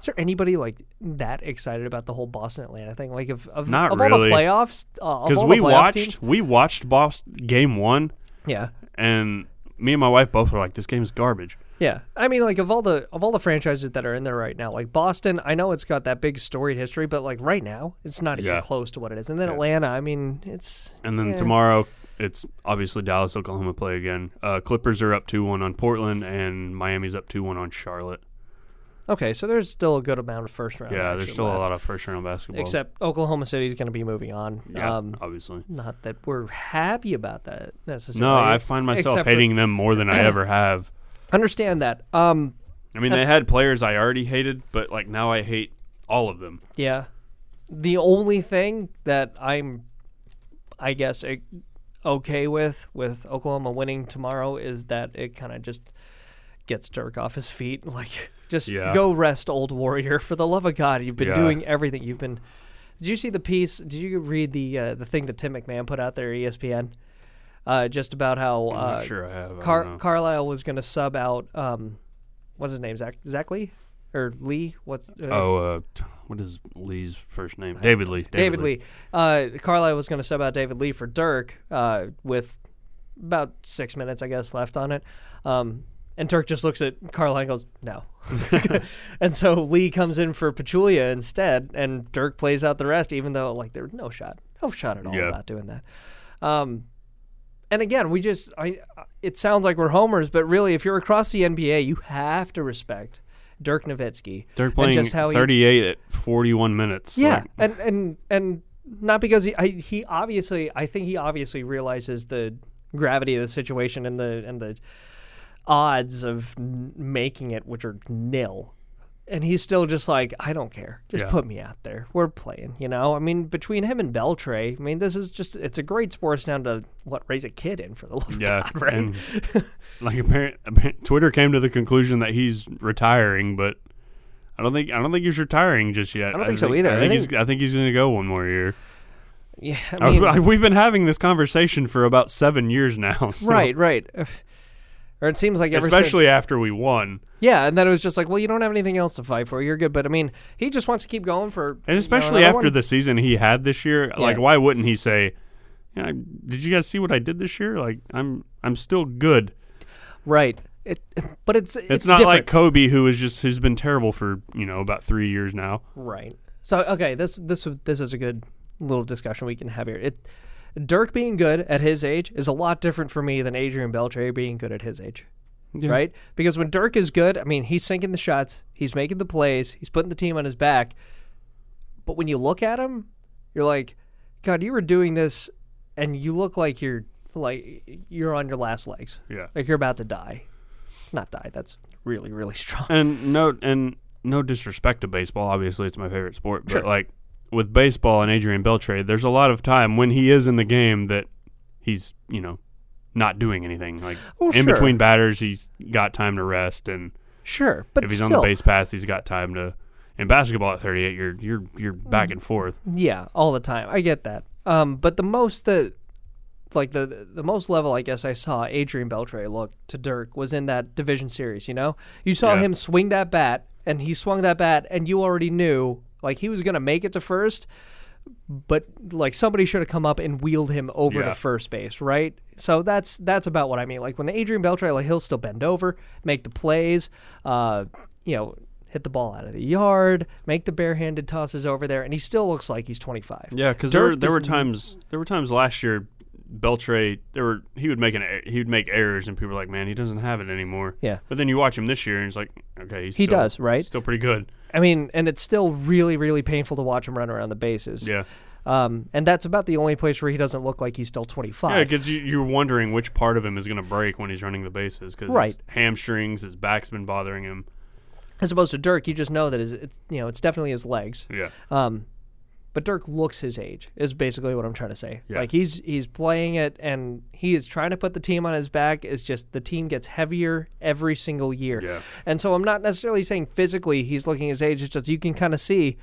[SPEAKER 2] Is there anybody like that excited about the whole Boston Atlanta thing? Like of of,
[SPEAKER 6] Not
[SPEAKER 2] of all the
[SPEAKER 6] really.
[SPEAKER 2] playoffs uh, of
[SPEAKER 6] because
[SPEAKER 2] all
[SPEAKER 6] we
[SPEAKER 2] the playoff
[SPEAKER 6] watched
[SPEAKER 2] teams?
[SPEAKER 6] we watched Boston game one,
[SPEAKER 2] Yeah.
[SPEAKER 6] and me and my wife both were like, "This game's garbage."
[SPEAKER 2] Yeah, I mean, like of all the of all the franchises that are in there right now, like Boston, I know it's got that big storied history, but like right now, it's not even
[SPEAKER 6] Yeah.
[SPEAKER 2] close to what it is. And then Atlanta, I mean, it's
[SPEAKER 6] And then
[SPEAKER 2] Yeah.
[SPEAKER 6] tomorrow, it's obviously Dallas, Oklahoma play again. Uh, Clippers are up 2 1 on Portland, and Miami's up 2 1 on Charlotte.
[SPEAKER 2] okay. So there's still a good amount of first round.
[SPEAKER 6] yeah, there's
[SPEAKER 2] action
[SPEAKER 6] still
[SPEAKER 2] left.
[SPEAKER 6] a lot of first round basketball.
[SPEAKER 2] Except Oklahoma City's going to be moving on.
[SPEAKER 6] yeah,
[SPEAKER 2] Um,
[SPEAKER 6] obviously.
[SPEAKER 2] not that we're happy about that necessarily.
[SPEAKER 6] No, I find myself
[SPEAKER 2] except for-
[SPEAKER 6] hating them more than I ever have.
[SPEAKER 2] Understand that. Um,
[SPEAKER 6] I mean, they had players I already hated, but like now I hate all of them.
[SPEAKER 2] Yeah. The only thing that I'm, I guess, eh, okay with with Oklahoma winning tomorrow is that it kind of just gets Dirk off his feet. Like, just
[SPEAKER 6] Yeah.
[SPEAKER 2] go rest, old warrior. For the love of God, you've been
[SPEAKER 6] Yeah.
[SPEAKER 2] doing everything. You've been. Did you see the piece? Did you read the uh, the thing that Tim McMahon put out there, E ESPN? Uh, just about how
[SPEAKER 6] I'm
[SPEAKER 2] uh,
[SPEAKER 6] not sure I have. I don't
[SPEAKER 2] Car-
[SPEAKER 6] know.
[SPEAKER 2] Carlisle was going to sub out. Um, what's his name? Zach Zach Lee or Lee? What's uh,
[SPEAKER 6] oh, uh, t- what is Lee's first name? David Lee.
[SPEAKER 2] David Lee. Uh, Carlisle was going to sub out David Lee for Dirk uh, with about six minutes, I guess, left on it. Um, and Dirk just looks at Carlisle and goes, no. and so Lee comes in for Pachulia instead, and Dirk plays out the rest, even though, like, there's no shot. No shot at all
[SPEAKER 6] Yeah.
[SPEAKER 2] about doing that. Um, and again, we just, I, it sounds like we're homers, but really, if you're across the NBA, you have to respect Dirk Nowitzki.
[SPEAKER 6] They're
[SPEAKER 2] and
[SPEAKER 6] playing
[SPEAKER 2] just how he-
[SPEAKER 6] 38 at 41 minutes.
[SPEAKER 2] yeah,
[SPEAKER 6] Like,
[SPEAKER 2] and and and not because he I, he obviously I think he obviously realizes the gravity of the situation and the and the odds of n- making it, which are nil. And he's still just like, I don't care. Just
[SPEAKER 6] Yeah.
[SPEAKER 2] put me out there. We're playing, you know. I mean, between him and Beltray, I mean, this is just—it's a great sports town to what raise a kid in for the love of
[SPEAKER 6] Yeah,
[SPEAKER 2] God, right?
[SPEAKER 6] and like apparent, apparent, Twitter came to the conclusion that he's retiring, but I don't think I don't think he's retiring just yet. I
[SPEAKER 2] don't think so either.
[SPEAKER 6] I
[SPEAKER 2] I
[SPEAKER 6] think,
[SPEAKER 2] think-
[SPEAKER 6] he's I think he's going to go one more year.
[SPEAKER 2] yeah,
[SPEAKER 6] I
[SPEAKER 2] I mean,
[SPEAKER 6] we've been having this conversation for about seven years now, so-
[SPEAKER 2] right, right. Or it seems like ever since-
[SPEAKER 6] Especially after we won,
[SPEAKER 2] Yeah, and then it was just like, well, you don't have anything else to fight for. You're good, but I mean, he just wants to keep going for,
[SPEAKER 6] and especially after the season he had this year. Like,
[SPEAKER 2] Yeah.
[SPEAKER 6] why wouldn't he say? Yeah, did you guys see what I did this year? Like, I'm I'm still good.
[SPEAKER 2] right. It, but it's it's,
[SPEAKER 6] It's, not
[SPEAKER 2] different.
[SPEAKER 6] like Kobe, who is just who's been terrible for you know about three years now.
[SPEAKER 2] right. So okay, this this this is a good little discussion we can have here. It Dirk being good at his age is a lot different for me than Adrian Beltre being good at his age. Right? Because when Dirk is good, I mean, he's sinking the shots, he's making the plays, he's putting the team on his back. But when you look at him, you're like, God, you were doing this and you look like you're like you're on your last legs.
[SPEAKER 6] Yeah.
[SPEAKER 2] Like you're about to die. Not die, that's really, really strong.
[SPEAKER 6] and no and no disrespect to baseball obviously it's my favorite sport but
[SPEAKER 2] Sure.
[SPEAKER 6] like with baseball and adrian beltre there's a lot of time when he is in the game that he's you know not doing anything like
[SPEAKER 2] Oh,
[SPEAKER 6] in
[SPEAKER 2] sure.
[SPEAKER 6] between batters he's got time to rest and
[SPEAKER 2] Sure. But
[SPEAKER 6] if he's
[SPEAKER 2] still,
[SPEAKER 6] on the base pass he's got time to in basketball at 38 you're you're you're
[SPEAKER 2] Mm.
[SPEAKER 6] back and forth
[SPEAKER 2] Yeah, all the time. I get that. Um, but the most that, like the the most level, I guess I saw Adrian Beltre look to Dirk was in that division series. You know, you saw
[SPEAKER 6] Yeah.
[SPEAKER 2] him swing that bat, and he swung that bat, and you already knew like he was gonna make it to first, but like somebody should have come up and wheeled him over
[SPEAKER 6] Yeah.
[SPEAKER 2] to first base, right? So that's that's about what I mean. Like when Adrian Beltre, like he'll still bend over, make the plays, uh, you know, hit the ball out of the yard, make the barehanded tosses over there, and he still looks like he's 25.
[SPEAKER 6] yeah because
[SPEAKER 2] Dirk
[SPEAKER 6] there, were- there were
[SPEAKER 2] does-
[SPEAKER 6] times there were times last year Beltre, there were he would make an er- he would make errors and people were like, man, he doesn't have it anymore.
[SPEAKER 2] Yeah.
[SPEAKER 6] But then you watch him this year and he's like, okay, he's
[SPEAKER 2] He
[SPEAKER 6] still-
[SPEAKER 2] does, right?
[SPEAKER 6] Still pretty good.
[SPEAKER 2] I mean, and it's still really, really painful to watch him run around the bases.
[SPEAKER 6] Yeah.
[SPEAKER 2] Um, and that's about the only place where he doesn't look like he's still 25.
[SPEAKER 6] Yeah, because you, you're wondering which part of him is going to break when he's running the bases. Because
[SPEAKER 2] Right.
[SPEAKER 6] hamstrings, his back's been bothering him.
[SPEAKER 2] As opposed to Dirk, you just know that his, it's, you know, it's definitely his legs.
[SPEAKER 6] Yeah.
[SPEAKER 2] Um, But Dirk looks his age is basically what I'm trying to say.
[SPEAKER 6] Yeah.
[SPEAKER 2] Like he's he's playing it and he is trying to put the team on his back. It's just the team gets heavier every single year.
[SPEAKER 6] Yeah.
[SPEAKER 2] And so I'm not necessarily saying physically he's looking his age. It's just you can kind of see,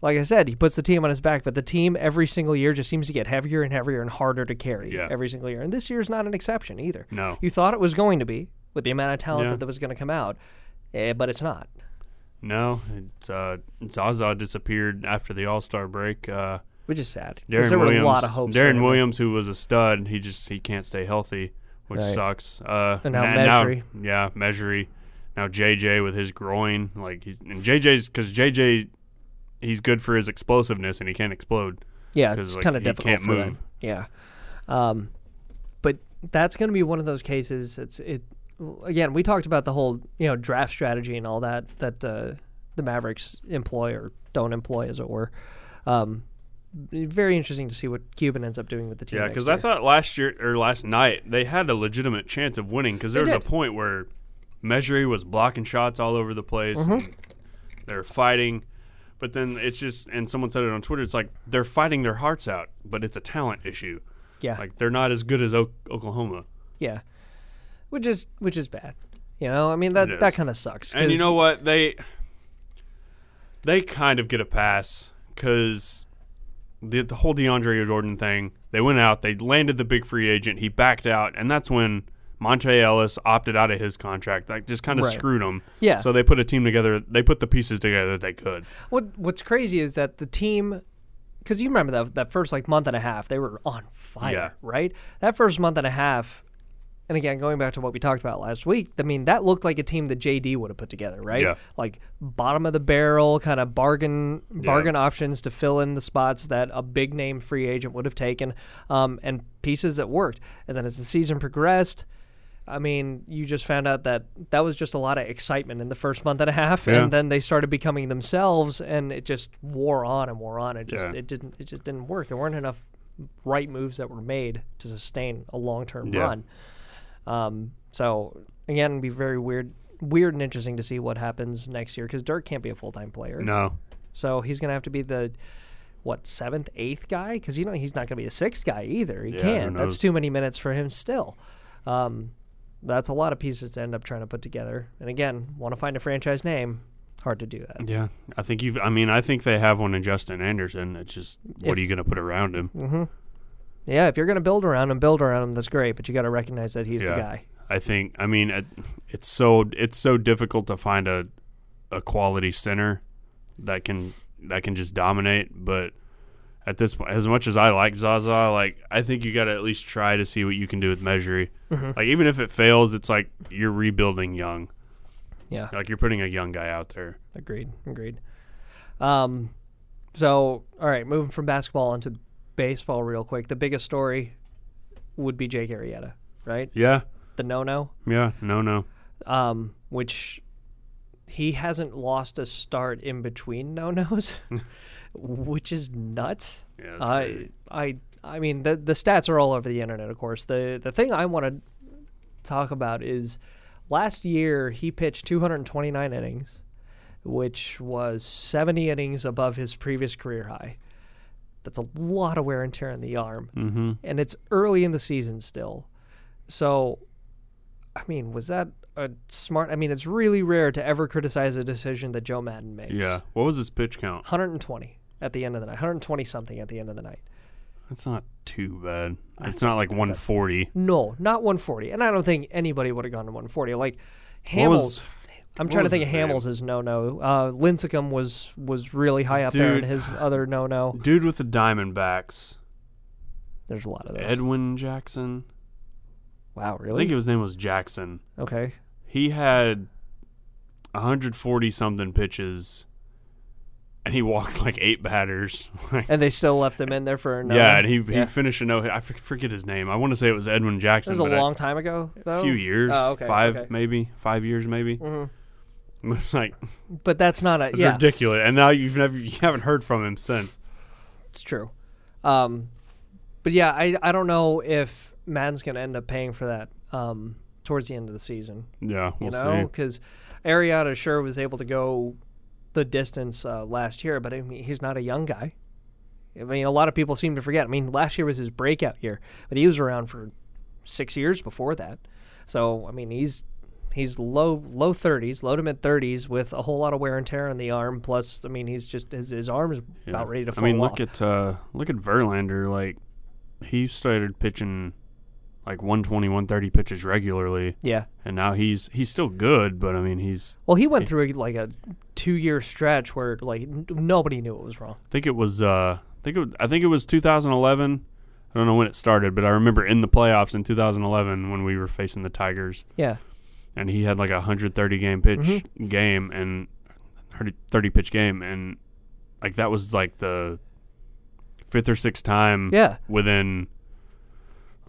[SPEAKER 2] like I said, he puts the team on his back, but the team every single year just seems to get heavier and heavier and harder to carry
[SPEAKER 6] Yeah.
[SPEAKER 2] every single year. And this year's not an exception either.
[SPEAKER 6] No.
[SPEAKER 2] You thought it was going to be with the amount of talent
[SPEAKER 6] Yeah.
[SPEAKER 2] that, that was going to come out, eh, but it's not.
[SPEAKER 6] No, it's uh, Zaza disappeared after the All Star break. Uh,
[SPEAKER 2] Which is sad. 'cause
[SPEAKER 6] Darren
[SPEAKER 2] there
[SPEAKER 6] Williams,
[SPEAKER 2] were a lot of hopes. for
[SPEAKER 6] Darren
[SPEAKER 2] him.
[SPEAKER 6] Williams, who was a stud, he just he can't stay healthy, which
[SPEAKER 2] Right.
[SPEAKER 6] sucks. Uh,
[SPEAKER 2] And now
[SPEAKER 6] na-
[SPEAKER 2] Mejri.
[SPEAKER 6] yeah, Measury. Now JJ with his groin, like he, and JJ's because JJ, he's good for his explosiveness and he can't explode.
[SPEAKER 2] Yeah,
[SPEAKER 6] 'Cause,
[SPEAKER 2] it's
[SPEAKER 6] like,
[SPEAKER 2] kind of
[SPEAKER 6] he
[SPEAKER 2] difficult
[SPEAKER 6] can't
[SPEAKER 2] for them.
[SPEAKER 6] move.
[SPEAKER 2] Yeah, um, but that's going to be one of those cases. It's it again. We talked about the whole you know draft strategy and all that that uh, the Mavericks employ or don't employ, as it were. Um, very interesting to see what Cuban ends up doing with the team.
[SPEAKER 6] Yeah,
[SPEAKER 2] because
[SPEAKER 6] because I thought last year or last night they had a legitimate chance of winning because there
[SPEAKER 2] They
[SPEAKER 6] was
[SPEAKER 2] did.
[SPEAKER 6] a point where Measury was blocking shots all over the place.
[SPEAKER 2] Mm-hmm.
[SPEAKER 6] and They're fighting, but then it's just and someone said it on Twitter. It's like they're fighting their hearts out, but it's a talent issue.
[SPEAKER 2] yeah,
[SPEAKER 6] Like they're not as good as o- Oklahoma.
[SPEAKER 2] yeah, which is which is bad. You know, I mean that
[SPEAKER 6] It
[SPEAKER 2] that
[SPEAKER 6] is.
[SPEAKER 2] kind of sucks.
[SPEAKER 6] And
[SPEAKER 2] 'cause-
[SPEAKER 6] you know what they they kind of get a pass because the, the whole DeAndre Jordan thing. They went out, they landed the big free agent, he backed out, and that's when Monte Ellis opted out of his contract. Like just kind of
[SPEAKER 2] Right.
[SPEAKER 6] screwed him.
[SPEAKER 2] Yeah.
[SPEAKER 6] So they put a team together. They put the pieces together they could.
[SPEAKER 2] What What's crazy is that the team, because you remember that that first like month and a half, they were on fire,
[SPEAKER 6] Yeah.
[SPEAKER 2] right? That first month and a half, and again going back to what we talked about last week, I mean that looked like a team that JD would have put together, right?
[SPEAKER 6] Yeah.
[SPEAKER 2] Like bottom of the barrel kind of bargain bargain options to fill in the spots that a big name free agent would have taken, um, and pieces that worked. And then as the season progressed. I mean, you just found out that that was just a lot of excitement in the first month and a half,
[SPEAKER 6] Yeah.
[SPEAKER 2] and then they started becoming themselves, and it just wore on and wore on. It just
[SPEAKER 6] Yeah.
[SPEAKER 2] it didn't it just didn't work. There weren't enough right moves that were made to sustain a long term
[SPEAKER 6] Yeah.
[SPEAKER 2] run. Um, so again, it'd be very weird, weird and interesting to see what happens next year because Dirk can't be a full time player,
[SPEAKER 6] No.
[SPEAKER 2] so he's gonna have to be the what seventh, eighth guy because you know he's not gonna be a sixth guy either. He
[SPEAKER 6] Yeah, who
[SPEAKER 2] can't. That's
[SPEAKER 6] knows?
[SPEAKER 2] too many minutes for him still. Um, that's a lot of pieces to end up trying to put together. And again, want to find a franchise name. Hard to do that.
[SPEAKER 6] Yeah. I think you've. I mean, I think they have one in Justin Anderson. It's just what
[SPEAKER 2] If-
[SPEAKER 6] are you going to put around him?
[SPEAKER 2] Yeah, if you're going to build around him, build around him. That's great, but you got to recognize that he's
[SPEAKER 6] Yeah.
[SPEAKER 2] the guy.
[SPEAKER 6] I think. I mean, it, it's so it's so difficult to find a a quality center that can that can just dominate. But at this point, as much as I like Zaza, like I think you got to at least try to see what you can do with Measury. Like even if it fails, it's like you're rebuilding young.
[SPEAKER 2] Yeah,
[SPEAKER 6] Like you're putting a young guy out there.
[SPEAKER 2] agreed, agreed. Um, so all right, moving from basketball into baseball real quick. The biggest story would be Jake Arrieta, right?
[SPEAKER 6] Yeah.
[SPEAKER 2] The no-no,
[SPEAKER 6] Yeah. No. No.
[SPEAKER 2] um, which he hasn't lost a start in between no-nos, which is nuts.
[SPEAKER 6] Yeah. that's
[SPEAKER 2] I
[SPEAKER 6] crazy.
[SPEAKER 2] I I mean the the stats are all over the internet, of course. The the thing I want to talk about is last year he pitched 229 innings, which was 70 innings above his previous career high. That's a lot of wear and tear on the arm, mm-hmm. and it's early in the season still. So, I mean, was that a smart? I mean, it's really rare to ever criticize a decision that Joe Madden makes.
[SPEAKER 6] Yeah. What was his pitch count?
[SPEAKER 2] 120 at the end of the night, 120 something at the end of the night.
[SPEAKER 6] That's not too bad. It's not like 140.
[SPEAKER 2] No, not 140. And I don't think anybody would have gone to 140. Like
[SPEAKER 6] What
[SPEAKER 2] Hamels.
[SPEAKER 6] was-
[SPEAKER 2] I'm trying to
[SPEAKER 6] was
[SPEAKER 2] think of
[SPEAKER 6] his name?
[SPEAKER 2] Hamels as no no. Uh, Lincecum was was really high up there in
[SPEAKER 6] Dude.
[SPEAKER 2] his other no no.
[SPEAKER 6] Dude with the Diamondbacks,
[SPEAKER 2] There's a lot of those.
[SPEAKER 6] Edwin Jackson.
[SPEAKER 2] wow,
[SPEAKER 6] I
[SPEAKER 2] really?
[SPEAKER 6] think his name was Jackson.
[SPEAKER 2] okay.
[SPEAKER 6] He had 140 something pitches, and he walked like eight batters. Like,
[SPEAKER 2] And they still left him in there for a no.
[SPEAKER 6] yeah, and he, he
[SPEAKER 2] yeah.
[SPEAKER 6] finished a no hit. I for- forget his name. I want to say it was Edwin
[SPEAKER 2] It
[SPEAKER 6] Jackson.
[SPEAKER 2] was a
[SPEAKER 6] but I-
[SPEAKER 2] long time ago though.
[SPEAKER 6] few years,
[SPEAKER 2] Oh, okay,
[SPEAKER 6] five
[SPEAKER 2] okay.
[SPEAKER 6] maybe, five years maybe. Mm-hmm. It's like
[SPEAKER 2] But that's not a
[SPEAKER 6] it's
[SPEAKER 2] yeah.
[SPEAKER 6] ridiculous, and now you've never you haven't heard from him since.
[SPEAKER 2] It's true. Um, but yeah, I I don't know if Madden's gonna end up paying for that um, towards the end of the season.
[SPEAKER 6] Yeah,
[SPEAKER 2] you
[SPEAKER 6] we'll
[SPEAKER 2] know, because Arietta sure was able to go the distance uh, last year, but I mean, he's not a young guy. I mean, a lot of people seem to forget. I mean, last year was his breakout year, but he was around for six years before that. So I mean, he's he's low low thirties, low to mid thirties, with a whole lot of wear and tear on the arm. Plus, I mean, he's just his his arm's about ready to
[SPEAKER 6] I
[SPEAKER 2] fall
[SPEAKER 6] mean,
[SPEAKER 2] off.
[SPEAKER 6] look at uh, look at Verlander. Like he started pitching like 120, 130 pitches regularly,
[SPEAKER 2] yeah.
[SPEAKER 6] and now he's he's still good, but I mean, he's
[SPEAKER 2] Well, he went through like a two year stretch where like n- nobody knew it was wrong.
[SPEAKER 6] I think it was uh, I think it, was- I think it was 2011. I don't know when it started, but I remember in the playoffs in 2011 when we were facing the Tigers,
[SPEAKER 2] Yeah.
[SPEAKER 6] and he had like a 130 game pitch game and 30 30 pitch game, and like that was like the fifth or sixth time
[SPEAKER 2] Yeah.
[SPEAKER 6] within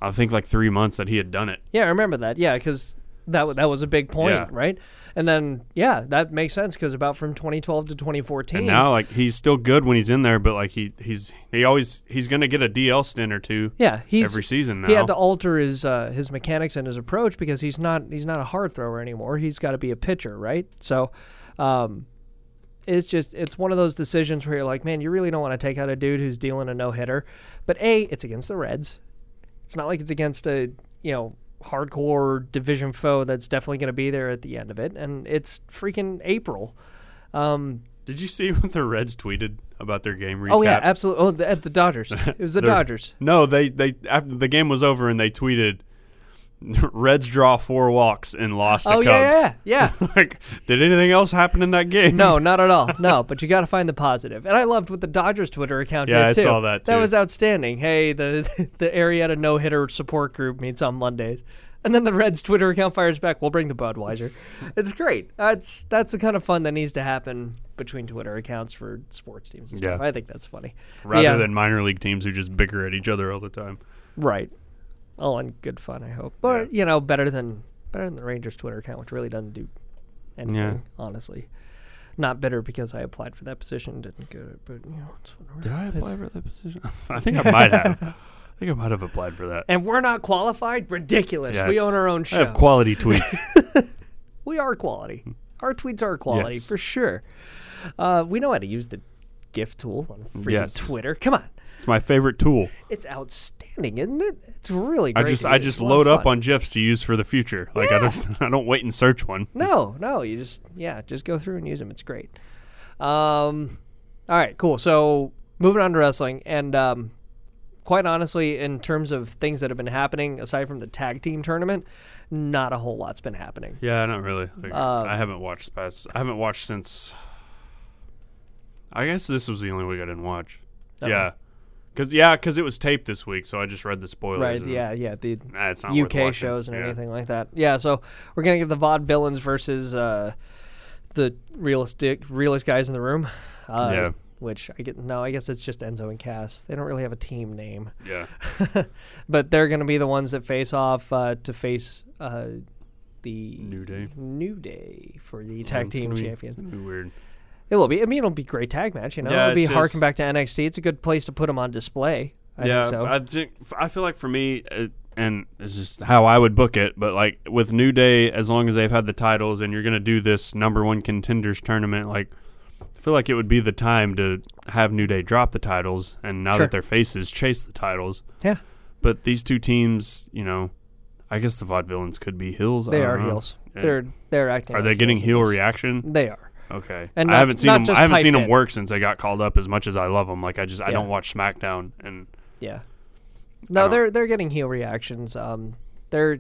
[SPEAKER 6] I think like three months that he had done it.
[SPEAKER 2] Yeah, I remember that. Yeah, because that w- that was a big point,
[SPEAKER 6] Yeah.
[SPEAKER 2] right? And then yeah, that makes sense because about from 2012 to 2014.
[SPEAKER 6] And now like he's still good when he's in there, but like he he's he always he's gonna get a DL stint or two.
[SPEAKER 2] yeah, he's
[SPEAKER 6] every season now.
[SPEAKER 2] He had to alter his uh, his mechanics and his approach because he's not he's not a hard thrower anymore. He's got to be a pitcher, right? So, um, it's just it's one of those decisions where you're like, man, you really don't want to take out a dude who's dealing a no hitter. But a, it's against the Reds. It's not like it's against a you know hardcore division foe that's definitely going to be there at the end of it. And it's freaking April. Um,
[SPEAKER 6] Did you see what the Reds tweeted about their game recap?
[SPEAKER 2] oh yeah, absolutely. Oh, the, at the Dodgers. It was the
[SPEAKER 6] They're-
[SPEAKER 2] Dodgers.
[SPEAKER 6] No, they they after the game was over and they tweeted Reds draw four walks and lost
[SPEAKER 2] Oh
[SPEAKER 6] to Cubs.
[SPEAKER 2] yeah, yeah, yeah.
[SPEAKER 6] like did anything else happen in that game?
[SPEAKER 2] No, not at all. No, but you got to find the positive. And I loved what the Dodgers Twitter account
[SPEAKER 6] Yeah, I
[SPEAKER 2] did too.
[SPEAKER 6] saw that,
[SPEAKER 2] That
[SPEAKER 6] too.
[SPEAKER 2] was outstanding. Hey, the the Arietta no hitter support group meets on Mondays, and then the Reds Twitter account fires back. We'll bring the Budweiser. it's great. That's that's the kind of fun that needs to happen between Twitter accounts for sports teams and stuff.
[SPEAKER 6] Yeah.
[SPEAKER 2] I think that's funny. But
[SPEAKER 6] Rather
[SPEAKER 2] yeah,
[SPEAKER 6] than minor league teams who just bicker at each other all the time.
[SPEAKER 2] right, all in good fun. I hope, but you know, better than better than the Rangers Twitter account, which really doesn't do anything, honestly. Not bitter because I applied for that position, didn't get it, but you know, it's whatever.
[SPEAKER 6] Did I apply for that position? I think I might have. I think I might have applied for that.
[SPEAKER 2] and we're not qualified? Ridiculous. We
[SPEAKER 6] Yes.
[SPEAKER 2] own our own show.
[SPEAKER 6] I have quality tweets.
[SPEAKER 2] we are quality. Hmm. Our tweets are quality
[SPEAKER 6] Yes.
[SPEAKER 2] for sure. Uh, we know how to use the GIF tool on freaking
[SPEAKER 6] Yes.
[SPEAKER 2] Twitter. Come on,
[SPEAKER 6] it's my favorite tool.
[SPEAKER 2] it's outstanding, isn't it? It's really
[SPEAKER 6] I
[SPEAKER 2] great.
[SPEAKER 6] just
[SPEAKER 2] to
[SPEAKER 6] I
[SPEAKER 2] use.
[SPEAKER 6] just
[SPEAKER 2] A lot of
[SPEAKER 6] load up
[SPEAKER 2] fun.
[SPEAKER 6] on GIFs to use for the future. Like I don't I don't wait and search one.
[SPEAKER 2] No, no, you just yeah, just go through and use them. It's great. Um, all right, cool. So moving on to wrestling, and um, quite honestly, in terms of things that have been happening aside from the tag team tournament, not a whole lot's been happening.
[SPEAKER 6] Yeah, not really. Like,
[SPEAKER 2] Um,
[SPEAKER 6] I haven't watched the past. I haven't watched since. I guess this was the only week I didn't watch. Yeah, because yeah, because it was taped this week, so I just read the spoilers.
[SPEAKER 2] Right?
[SPEAKER 6] and-
[SPEAKER 2] Yeah, yeah. The
[SPEAKER 6] Nah, it's not worth watching.
[SPEAKER 2] UK shows and
[SPEAKER 6] Yeah.
[SPEAKER 2] anything like that. Yeah, so we're gonna get the VOD villains versus uh, the realistic realist guys in the room. Uh,
[SPEAKER 6] Yeah.
[SPEAKER 2] Which I get no, I guess it's just Enzo and Cass. They don't really have a team name.
[SPEAKER 6] Yeah,
[SPEAKER 2] but they're going to be the ones that face off uh, to face uh, the
[SPEAKER 6] New Day.
[SPEAKER 2] New Day for the tag
[SPEAKER 6] It's
[SPEAKER 2] team
[SPEAKER 6] gonna be-
[SPEAKER 2] champions.
[SPEAKER 6] it's gonna be weird.
[SPEAKER 2] It will be. I mean, it'll be a great tag match. You know,
[SPEAKER 6] Yeah,
[SPEAKER 2] it'll be
[SPEAKER 6] it's
[SPEAKER 2] harking
[SPEAKER 6] just-
[SPEAKER 2] back to NXT. It's a good place to put them on display. I
[SPEAKER 6] yeah,
[SPEAKER 2] think so.
[SPEAKER 6] I think f- I feel like for me, it, and it's just how I would book it. But like with New Day, as long as they've had the titles, and you're gonna do this number one contenders tournament, like I feel like it would be the time to have New Day drop the titles, and now
[SPEAKER 2] Sure.
[SPEAKER 6] that their faces chase the titles.
[SPEAKER 2] yeah,
[SPEAKER 6] But these two teams, you know, I guess the vaudevillains could be heels. I
[SPEAKER 2] they
[SPEAKER 6] don't
[SPEAKER 2] are
[SPEAKER 6] know.
[SPEAKER 2] heels.
[SPEAKER 6] Uh-huh. Yeah.
[SPEAKER 2] They're they're acting.
[SPEAKER 6] Are
[SPEAKER 2] like
[SPEAKER 6] they getting
[SPEAKER 2] heels in
[SPEAKER 6] heel
[SPEAKER 2] this.
[SPEAKER 6] reaction?
[SPEAKER 2] They are.
[SPEAKER 6] Okay,
[SPEAKER 2] And
[SPEAKER 6] I
[SPEAKER 2] not-
[SPEAKER 6] haven't seen
[SPEAKER 2] not
[SPEAKER 6] them.
[SPEAKER 2] just
[SPEAKER 6] I haven't
[SPEAKER 2] piped
[SPEAKER 6] seen them
[SPEAKER 2] in.
[SPEAKER 6] work since they got called up. As much as I love them, like I just I
[SPEAKER 2] Yeah.
[SPEAKER 6] don't watch SmackDown, and
[SPEAKER 2] Yeah. No,
[SPEAKER 6] don't-
[SPEAKER 2] they're they're getting heel reactions. Um, they're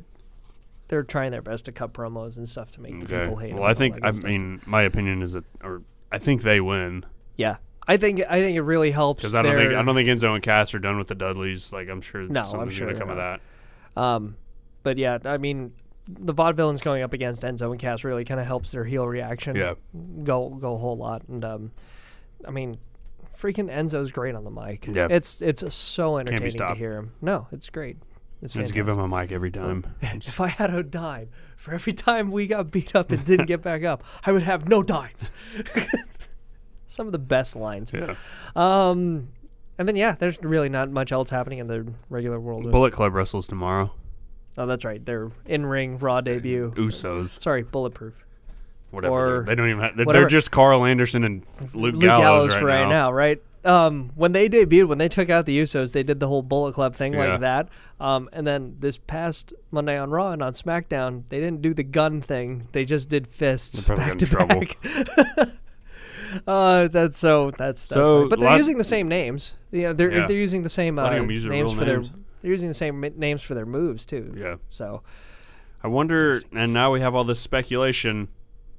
[SPEAKER 2] they're trying their best to cut promos and stuff to make the people hate. 'em
[SPEAKER 6] Well, I
[SPEAKER 2] and all
[SPEAKER 6] think
[SPEAKER 2] that good
[SPEAKER 6] I
[SPEAKER 2] stuff.
[SPEAKER 6] mean my opinion is that, or I think they win
[SPEAKER 2] yeah. I think I think it really helps
[SPEAKER 6] because I don't think
[SPEAKER 2] their-
[SPEAKER 6] I don't think Enzo and Cass are done with the Dudleys. Like I'm sure
[SPEAKER 2] No, I'm
[SPEAKER 6] something's
[SPEAKER 2] sure
[SPEAKER 6] gonna
[SPEAKER 2] they're
[SPEAKER 6] come of
[SPEAKER 2] not.
[SPEAKER 6] that.
[SPEAKER 2] Um, but yeah, I mean, the vaudevillains going up against Enzo and Cass really kind of helps their heel reaction.
[SPEAKER 6] Yeah.
[SPEAKER 2] go go a whole lot, and um, I mean, freaking Enzo's great on the mic.
[SPEAKER 6] Yeah.
[SPEAKER 2] it's it's so entertaining to
[SPEAKER 6] stopped.
[SPEAKER 2] hear him. No, it's great. It's
[SPEAKER 6] Let's give
[SPEAKER 2] fantastic.
[SPEAKER 6] him a mic every time.
[SPEAKER 2] If I had a dime for every time we got beat up and didn't get back up, I would have no dimes. Some of the best lines.
[SPEAKER 6] yeah.
[SPEAKER 2] Um, and then yeah, there's really not much else happening in the regular world. of-
[SPEAKER 6] Bullet Club wrestles tomorrow.
[SPEAKER 2] oh, that's right, their in-ring Raw debut.
[SPEAKER 6] Usos.
[SPEAKER 2] Sorry, bulletproof.
[SPEAKER 6] whatever.
[SPEAKER 2] Or
[SPEAKER 6] they're- they don't even. Have, they're,
[SPEAKER 2] whatever.
[SPEAKER 6] they're just Carl Anderson and Luke,
[SPEAKER 2] Luke
[SPEAKER 6] Gallows, right, now.
[SPEAKER 2] right right? um, when they debuted, when they took out the Usos, they did the whole Bullet Club thing
[SPEAKER 6] Yeah.
[SPEAKER 2] like that. Um, and then this past Monday on Raw and on SmackDown, they didn't do the gun thing. They just did fists
[SPEAKER 6] They're
[SPEAKER 2] back
[SPEAKER 6] probably
[SPEAKER 2] to
[SPEAKER 6] gonna
[SPEAKER 2] back. uh, that's so that's, that's
[SPEAKER 6] So,
[SPEAKER 2] funny. but they're
[SPEAKER 6] lot-
[SPEAKER 2] using the same names. Yeah, they're
[SPEAKER 6] Yeah.
[SPEAKER 2] they're using the same uh,
[SPEAKER 6] of 'em use
[SPEAKER 2] names
[SPEAKER 6] their real
[SPEAKER 2] for their
[SPEAKER 6] names.
[SPEAKER 2] they're using the same mi- names for their moves too.
[SPEAKER 6] Yeah.
[SPEAKER 2] So
[SPEAKER 6] I wonder. And now we have all this speculation.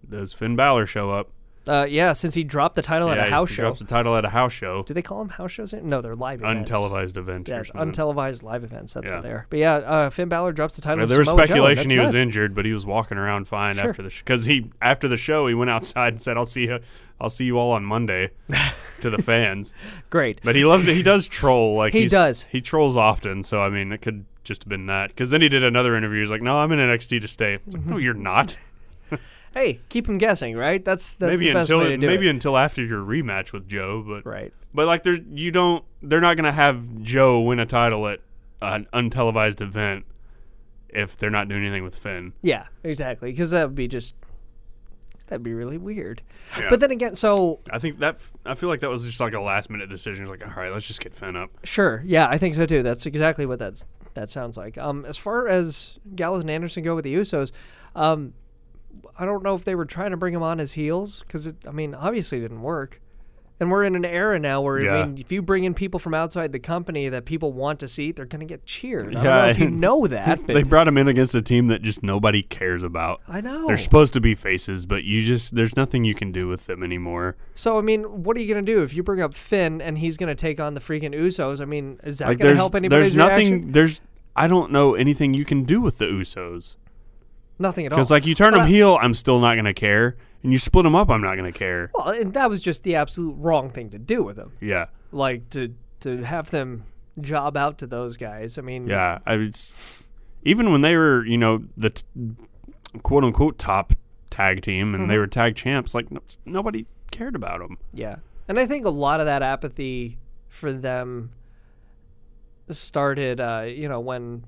[SPEAKER 6] Does Finn Balor show up?
[SPEAKER 2] uh, yeah, since he dropped the title Oh, at
[SPEAKER 6] yeah,
[SPEAKER 2] a house
[SPEAKER 6] he
[SPEAKER 2] show,
[SPEAKER 6] drops the title at a house show,
[SPEAKER 2] do they call them house shows? No, they're live events.
[SPEAKER 6] untelevised event
[SPEAKER 2] Yeah,
[SPEAKER 6] or
[SPEAKER 2] it's
[SPEAKER 6] something.
[SPEAKER 2] untelevised live events. That's
[SPEAKER 6] Mm-hmm. Yeah.
[SPEAKER 2] what they are. But yeah, uh, Finn Balor drops the title.
[SPEAKER 6] Yeah,
[SPEAKER 2] to
[SPEAKER 6] there was
[SPEAKER 2] Samoa Joe.
[SPEAKER 6] speculation he
[SPEAKER 2] That's
[SPEAKER 6] was
[SPEAKER 2] nuts.
[SPEAKER 6] injured, but he was walking around fine
[SPEAKER 2] Sure.
[SPEAKER 6] after the because he after the show he went outside and said, "I'll see you, I'll see you all on Monday," to the fans.
[SPEAKER 2] Great.
[SPEAKER 6] But he loves it. He does troll like
[SPEAKER 2] He
[SPEAKER 6] he's-
[SPEAKER 2] does.
[SPEAKER 6] He trolls often, so I mean, it could just have been that. Because then he did another interview. He's like, "No, I'm in NXT to stay." It's
[SPEAKER 2] Mm-hmm.
[SPEAKER 6] like, no, you're not.
[SPEAKER 2] hey, keep him guessing, right? That's that's
[SPEAKER 6] maybe
[SPEAKER 2] the best
[SPEAKER 6] until
[SPEAKER 2] way to do
[SPEAKER 6] maybe
[SPEAKER 2] it.
[SPEAKER 6] until after your rematch with Joe, but
[SPEAKER 2] right.
[SPEAKER 6] But like, there's you don't. They're not gonna have Joe win a title at an untelevised event if they're not doing anything with Finn.
[SPEAKER 2] Yeah, exactly. Because that would be just that'd be really weird.
[SPEAKER 6] Yeah.
[SPEAKER 2] But then again, so
[SPEAKER 6] I think that f- I feel like that was just like a last minute decision. It's like, all right, let's just get Finn up.
[SPEAKER 2] sure, yeah, I think so too. That's exactly what that's that sounds like. Um, as far as Gallows and Anderson go with the Usos, um, I don't know if they were trying to bring him on as heels because I mean, obviously it didn't work. And we're in an era now where
[SPEAKER 6] Yeah.
[SPEAKER 2] I mean, if you bring in people from outside the company that people want to see, they're gonna get cheered. I
[SPEAKER 6] Yeah,
[SPEAKER 2] don't know if you
[SPEAKER 6] and
[SPEAKER 2] know that. But
[SPEAKER 6] They brought him in against a team that just nobody cares about.
[SPEAKER 2] I know.
[SPEAKER 6] They're supposed to be faces, but you just there's nothing you can do with them anymore.
[SPEAKER 2] So I mean, what are you gonna do if you bring up Finn and he's gonna take on the freaking Usos? I mean, is that
[SPEAKER 6] Like
[SPEAKER 2] gonna
[SPEAKER 6] there's
[SPEAKER 2] help anybody's
[SPEAKER 6] there's nothing
[SPEAKER 2] reaction?
[SPEAKER 6] there's I don't know anything you can do with the Usos
[SPEAKER 2] Nothing at all.
[SPEAKER 6] because like you turn
[SPEAKER 2] But
[SPEAKER 6] them
[SPEAKER 2] Oh. I-
[SPEAKER 6] heel, I'm still not gonna care, and you split them up, I'm not gonna care.
[SPEAKER 2] Well, and that was just the absolute wrong thing to do with them.
[SPEAKER 6] Yeah,
[SPEAKER 2] Like to to have them job out to those guys. I mean,
[SPEAKER 6] yeah. I was even when they were you know the t- quote unquote top tag team and
[SPEAKER 2] Mm-hmm.
[SPEAKER 6] they were tag champs, like no, nobody cared about them.
[SPEAKER 2] yeah. And I think a lot of that apathy for them started, uh, you know, when